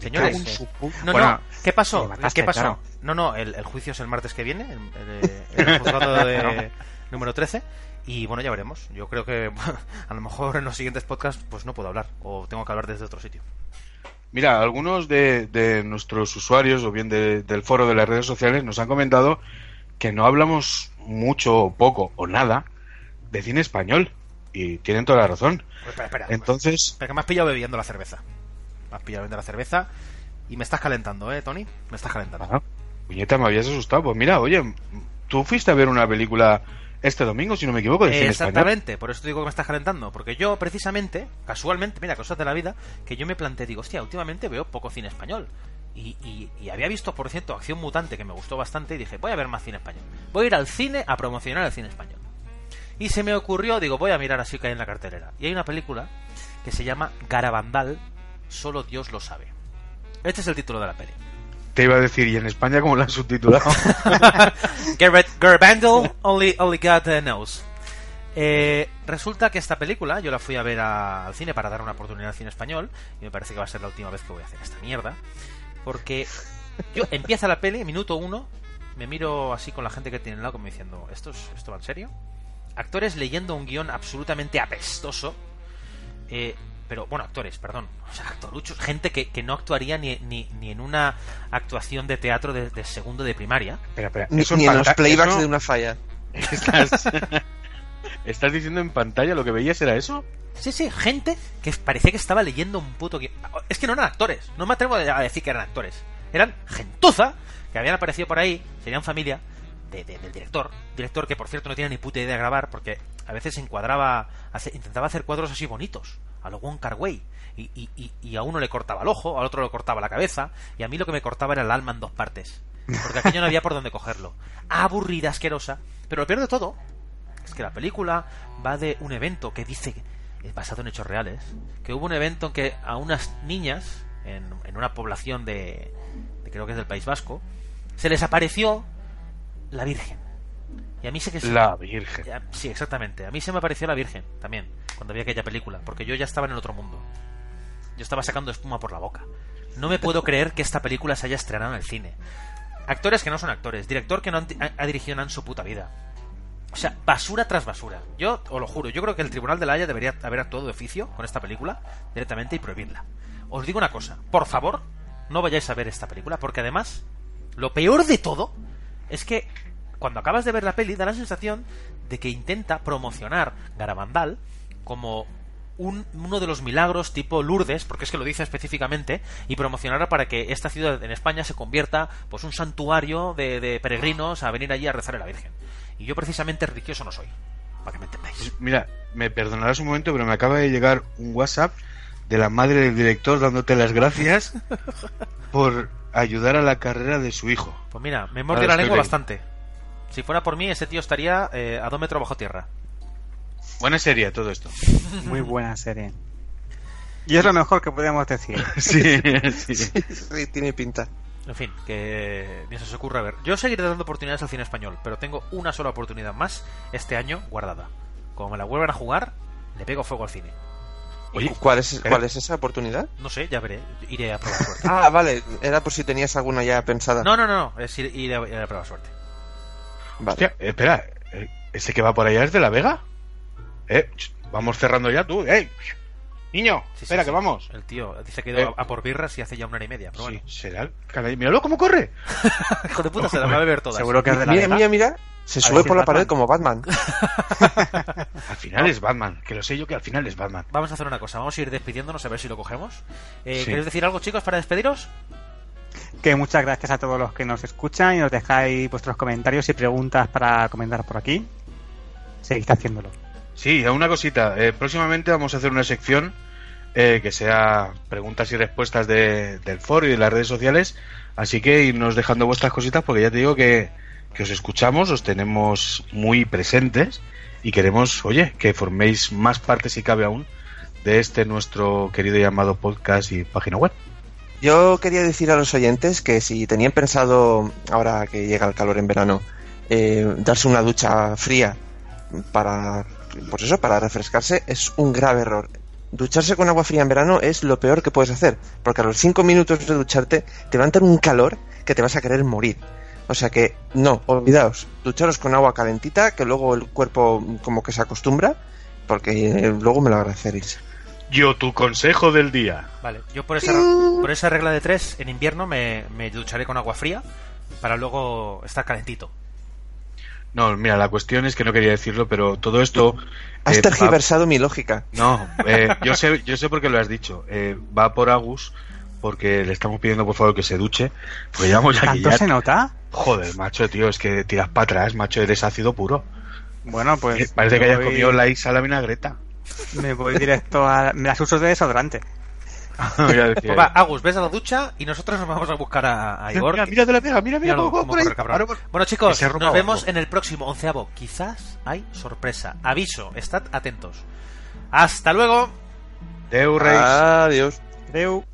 Speaker 1: Señores, eh,
Speaker 3: Cago en su pu-
Speaker 1: no,
Speaker 3: Bueno,
Speaker 1: no, ¿qué pasó?
Speaker 2: me mataste,
Speaker 1: ¿Qué pasó?
Speaker 2: claro.
Speaker 1: No, no, el, el juicio es el martes que viene, el, eh, el- el juzgado de número 13. Y bueno, ya veremos. Yo creo que a lo mejor en los siguientes podcasts pues no puedo hablar o tengo que hablar desde otro sitio.
Speaker 3: Mira, algunos de, de nuestros usuarios o bien de- del foro de las redes sociales nos han comentado que no hablamos mucho o poco o nada de cine español y tienen toda la razón.
Speaker 1: Pues espera, espera,
Speaker 3: Entonces,
Speaker 1: espera, que me has pillado bebiendo la cerveza. Me has pillado bebiendo la cerveza y me estás calentando, ¿eh, Tony? Me estás calentando.
Speaker 3: Ah, puñeta, me habías asustado. Pues mira, oye, tú fuiste a ver una película este domingo, si no me equivoco, de cine español.
Speaker 1: Exactamente, por eso te digo que me estás calentando. Porque yo, precisamente, casualmente, mira, cosas de la vida, que yo me planteé, digo, hostia, últimamente veo poco cine español. Y, y- y había visto, por cierto, Acción Mutante, que me gustó bastante, y dije, voy a ver más cine español. Voy a ir al cine a promocionar el cine español. Y se me ocurrió, digo, voy a mirar así que hay en la cartelera. Y hay una película que se llama Garabandal, solo Dios lo sabe. Este es el título de la peli.
Speaker 3: Te iba a decir, ¿y en España cómo la han subtitulado?
Speaker 1: Garrett Gerbandel, only, only God eh, knows. Eh, resulta que esta película yo la fui a ver a- al cine para dar una oportunidad al cine español y me parece que va a ser la última vez que voy a hacer esta mierda porque yo empieza la peli minuto uno me miro así con la gente que tiene al lado como diciendo esto es- esto va en serio actores leyendo un guión absolutamente apestoso eh, pero bueno, actores, perdón. O sea, actoruchos, gente que, que no actuaría ni, ni, ni en una actuación de teatro de, de segundo de primaria.
Speaker 3: espera, espera.
Speaker 4: Ni,
Speaker 3: eso en
Speaker 4: ni en los
Speaker 3: panta-
Speaker 4: playbacks
Speaker 3: eso-
Speaker 4: de una falla.
Speaker 3: ¿Estás... ¿Estás diciendo en pantalla lo que veías era eso?
Speaker 1: Sí, sí, gente que parecía que estaba leyendo un puto guión. Es que no eran actores, no me atrevo a decir que eran actores. Eran gentuza que habían aparecido por ahí, serían familia de- de- del director. Director que, por cierto, no tiene ni puta idea de grabar porque a veces encuadraba, hace- intentaba hacer cuadros así bonitos, a lo Wong Kar Wai. Y, y- y- y a uno le cortaba el ojo, al otro le cortaba la cabeza, y a mí lo que me cortaba era el alma en dos partes. Porque aquello no había por dónde cogerlo. Aburrida, asquerosa. Pero lo peor de todo es que la película va de un evento que dice, es basado en hechos reales, que hubo un evento en que a unas niñas, en, en una población de, de creo que es del País Vasco, se les apareció la Virgen. Y a mí sí que se-
Speaker 3: La Virgen.
Speaker 1: Ya, Sí, exactamente. A mí se me apareció la Virgen también, cuando vi aquella película, porque yo ya estaba en el otro mundo. Yo estaba sacando espuma por la boca. No me puedo creer que esta película se haya estrenado en el cine. Actores que no son actores, director que no han- ha, ha dirigido nada en su puta vida. O sea, basura tras basura. Yo os lo juro, yo creo que el Tribunal de la Haya debería haber actuado de oficio con esta película directamente y prohibirla. Os digo una cosa, por favor, no vayáis a ver esta película, porque además, lo peor de todo es que cuando acabas de ver la peli da la sensación de que intenta promocionar Garabandal como un- uno de los milagros tipo Lourdes, porque es que lo dice específicamente, y promocionará para que esta ciudad en España se convierta pues un santuario de, de peregrinos a venir allí a rezar a la Virgen. Y yo precisamente religioso no soy, para que me entendáis.
Speaker 3: Mira, me perdonarás un momento, pero me acaba de llegar un WhatsApp de la madre del director dándote las gracias por ayudar a la carrera de su hijo.
Speaker 1: Pues mira, me mordió
Speaker 3: Ahora
Speaker 1: la
Speaker 3: estoy
Speaker 1: lengua
Speaker 3: bien.
Speaker 1: bastante. Si fuera por mí, ese tío estaría eh, a dos metros bajo tierra.
Speaker 3: Buena serie todo esto.
Speaker 2: Muy buena serie. Y es lo mejor que podemos decir.
Speaker 3: Sí,
Speaker 4: Sí, tiene pinta.
Speaker 1: En fin, que ni se os ocurra ver. Yo seguiré dando oportunidades al cine español, pero tengo una sola oportunidad más este año guardada. Como me la vuelvan a jugar, le pego fuego al cine.
Speaker 4: Oye, ¿cuál es, ¿cuál es esa oportunidad?
Speaker 1: No sé, ya veré. Iré a probar suerte.
Speaker 4: Ah, vale, era por si tenías alguna ya pensada.
Speaker 1: No, no, no, no, es ir, iré, a, iré a probar suerte.
Speaker 3: Hostia, espera, eh, ¿ese que va por allá es de La Vega? Eh, ch, vamos cerrando ya tú. ¡Ey! Niño,
Speaker 1: Sí, sí,
Speaker 3: espera
Speaker 1: sí.
Speaker 3: que vamos.
Speaker 1: El tío dice que ha ido
Speaker 3: Eh.
Speaker 1: a, a por birras y hace ya una hora y media, pero bueno.
Speaker 3: Sí, será. el canalla. Míralo cómo corre.
Speaker 1: Hijo de puta, se las va a beber todas.
Speaker 2: Seguro que es de la
Speaker 4: Mira,
Speaker 2: Vega.
Speaker 4: mira, mira. Se
Speaker 2: A
Speaker 4: sube
Speaker 2: ver si
Speaker 4: por la
Speaker 2: Batman.
Speaker 4: pared como Batman.
Speaker 3: Al final es Batman, que lo sé yo que al final es Batman.
Speaker 1: Vamos a hacer una cosa, vamos a ir despidiéndonos a ver si lo cogemos. Eh,
Speaker 3: Sí.
Speaker 1: ¿Queréis decir algo, chicos, para despediros?
Speaker 2: Que muchas gracias a todos los que nos escuchan y nos dejáis vuestros comentarios y preguntas para comentar por aquí. Seguid haciéndolo.
Speaker 3: Sí, una cosita. eh, próximamente vamos a hacer una sección eh, que sea preguntas y respuestas de- del foro y de las redes sociales. Así que irnos dejando vuestras cositas porque ya te digo que, que os escuchamos, os tenemos muy presentes y queremos, oye, que forméis más parte si cabe aún de este nuestro querido y amado podcast y página web.
Speaker 4: Yo quería decir a los oyentes que si tenían pensado, ahora que llega el calor en verano, eh, darse una ducha fría para, pues eso, para refrescarse, es un grave error. Ducharse con agua fría en verano es lo peor que puedes hacer, porque a los 5 minutos de ducharte te va a entrar un calor que te vas a querer morir. O sea que, no, olvidaos, ducharos con agua calentita, que luego el cuerpo como que se acostumbra, porque eh, luego me lo agradeceréis.
Speaker 3: Yo tu consejo del día.
Speaker 1: Vale, yo por esa, por esa regla de tres, en invierno me, me ducharé con agua fría para luego estar calentito.
Speaker 3: No, mira, la cuestión es que no quería decirlo, pero todo esto...
Speaker 4: Has
Speaker 3: eh, va-
Speaker 4: tergiversado mi lógica.
Speaker 3: No, eh, yo sé, yo sé por qué lo has dicho. Eh, va por Agus porque le estamos pidiendo por favor que se duche. Porque llevamos ya aquí
Speaker 2: ¿Tanto
Speaker 3: ya-
Speaker 2: se nota?
Speaker 3: Joder, macho, tío, es que tiras para atrás, macho, eres ácido puro.
Speaker 2: Bueno,
Speaker 3: Eh,
Speaker 2: pues.
Speaker 3: Parece que
Speaker 2: me
Speaker 3: hayas
Speaker 2: voy-
Speaker 3: comido la isa a la vinagreta.
Speaker 2: Me voy directo a. Me las uso de desodorante.
Speaker 3: Voy a decir.
Speaker 1: Pues va, Agus, ves a la ducha y nosotros nos vamos a buscar a, a Igor.
Speaker 3: mira,
Speaker 1: que-
Speaker 3: mira de la pega, mira, mira
Speaker 1: míralo
Speaker 3: cómo,
Speaker 1: cómo
Speaker 3: corre por
Speaker 1: corre,
Speaker 3: ahí.
Speaker 1: cabrón.
Speaker 3: Ahora, pues- bueno,
Speaker 1: Bueno, chicos,
Speaker 3: se arruga
Speaker 1: nos
Speaker 3: abajo.
Speaker 1: vemos en el próximo onceavo. Quizás hay sorpresa. Aviso, estad atentos. ¡Hasta luego!
Speaker 3: Ah. Deu, Reis.
Speaker 4: Adiós.
Speaker 2: Deu.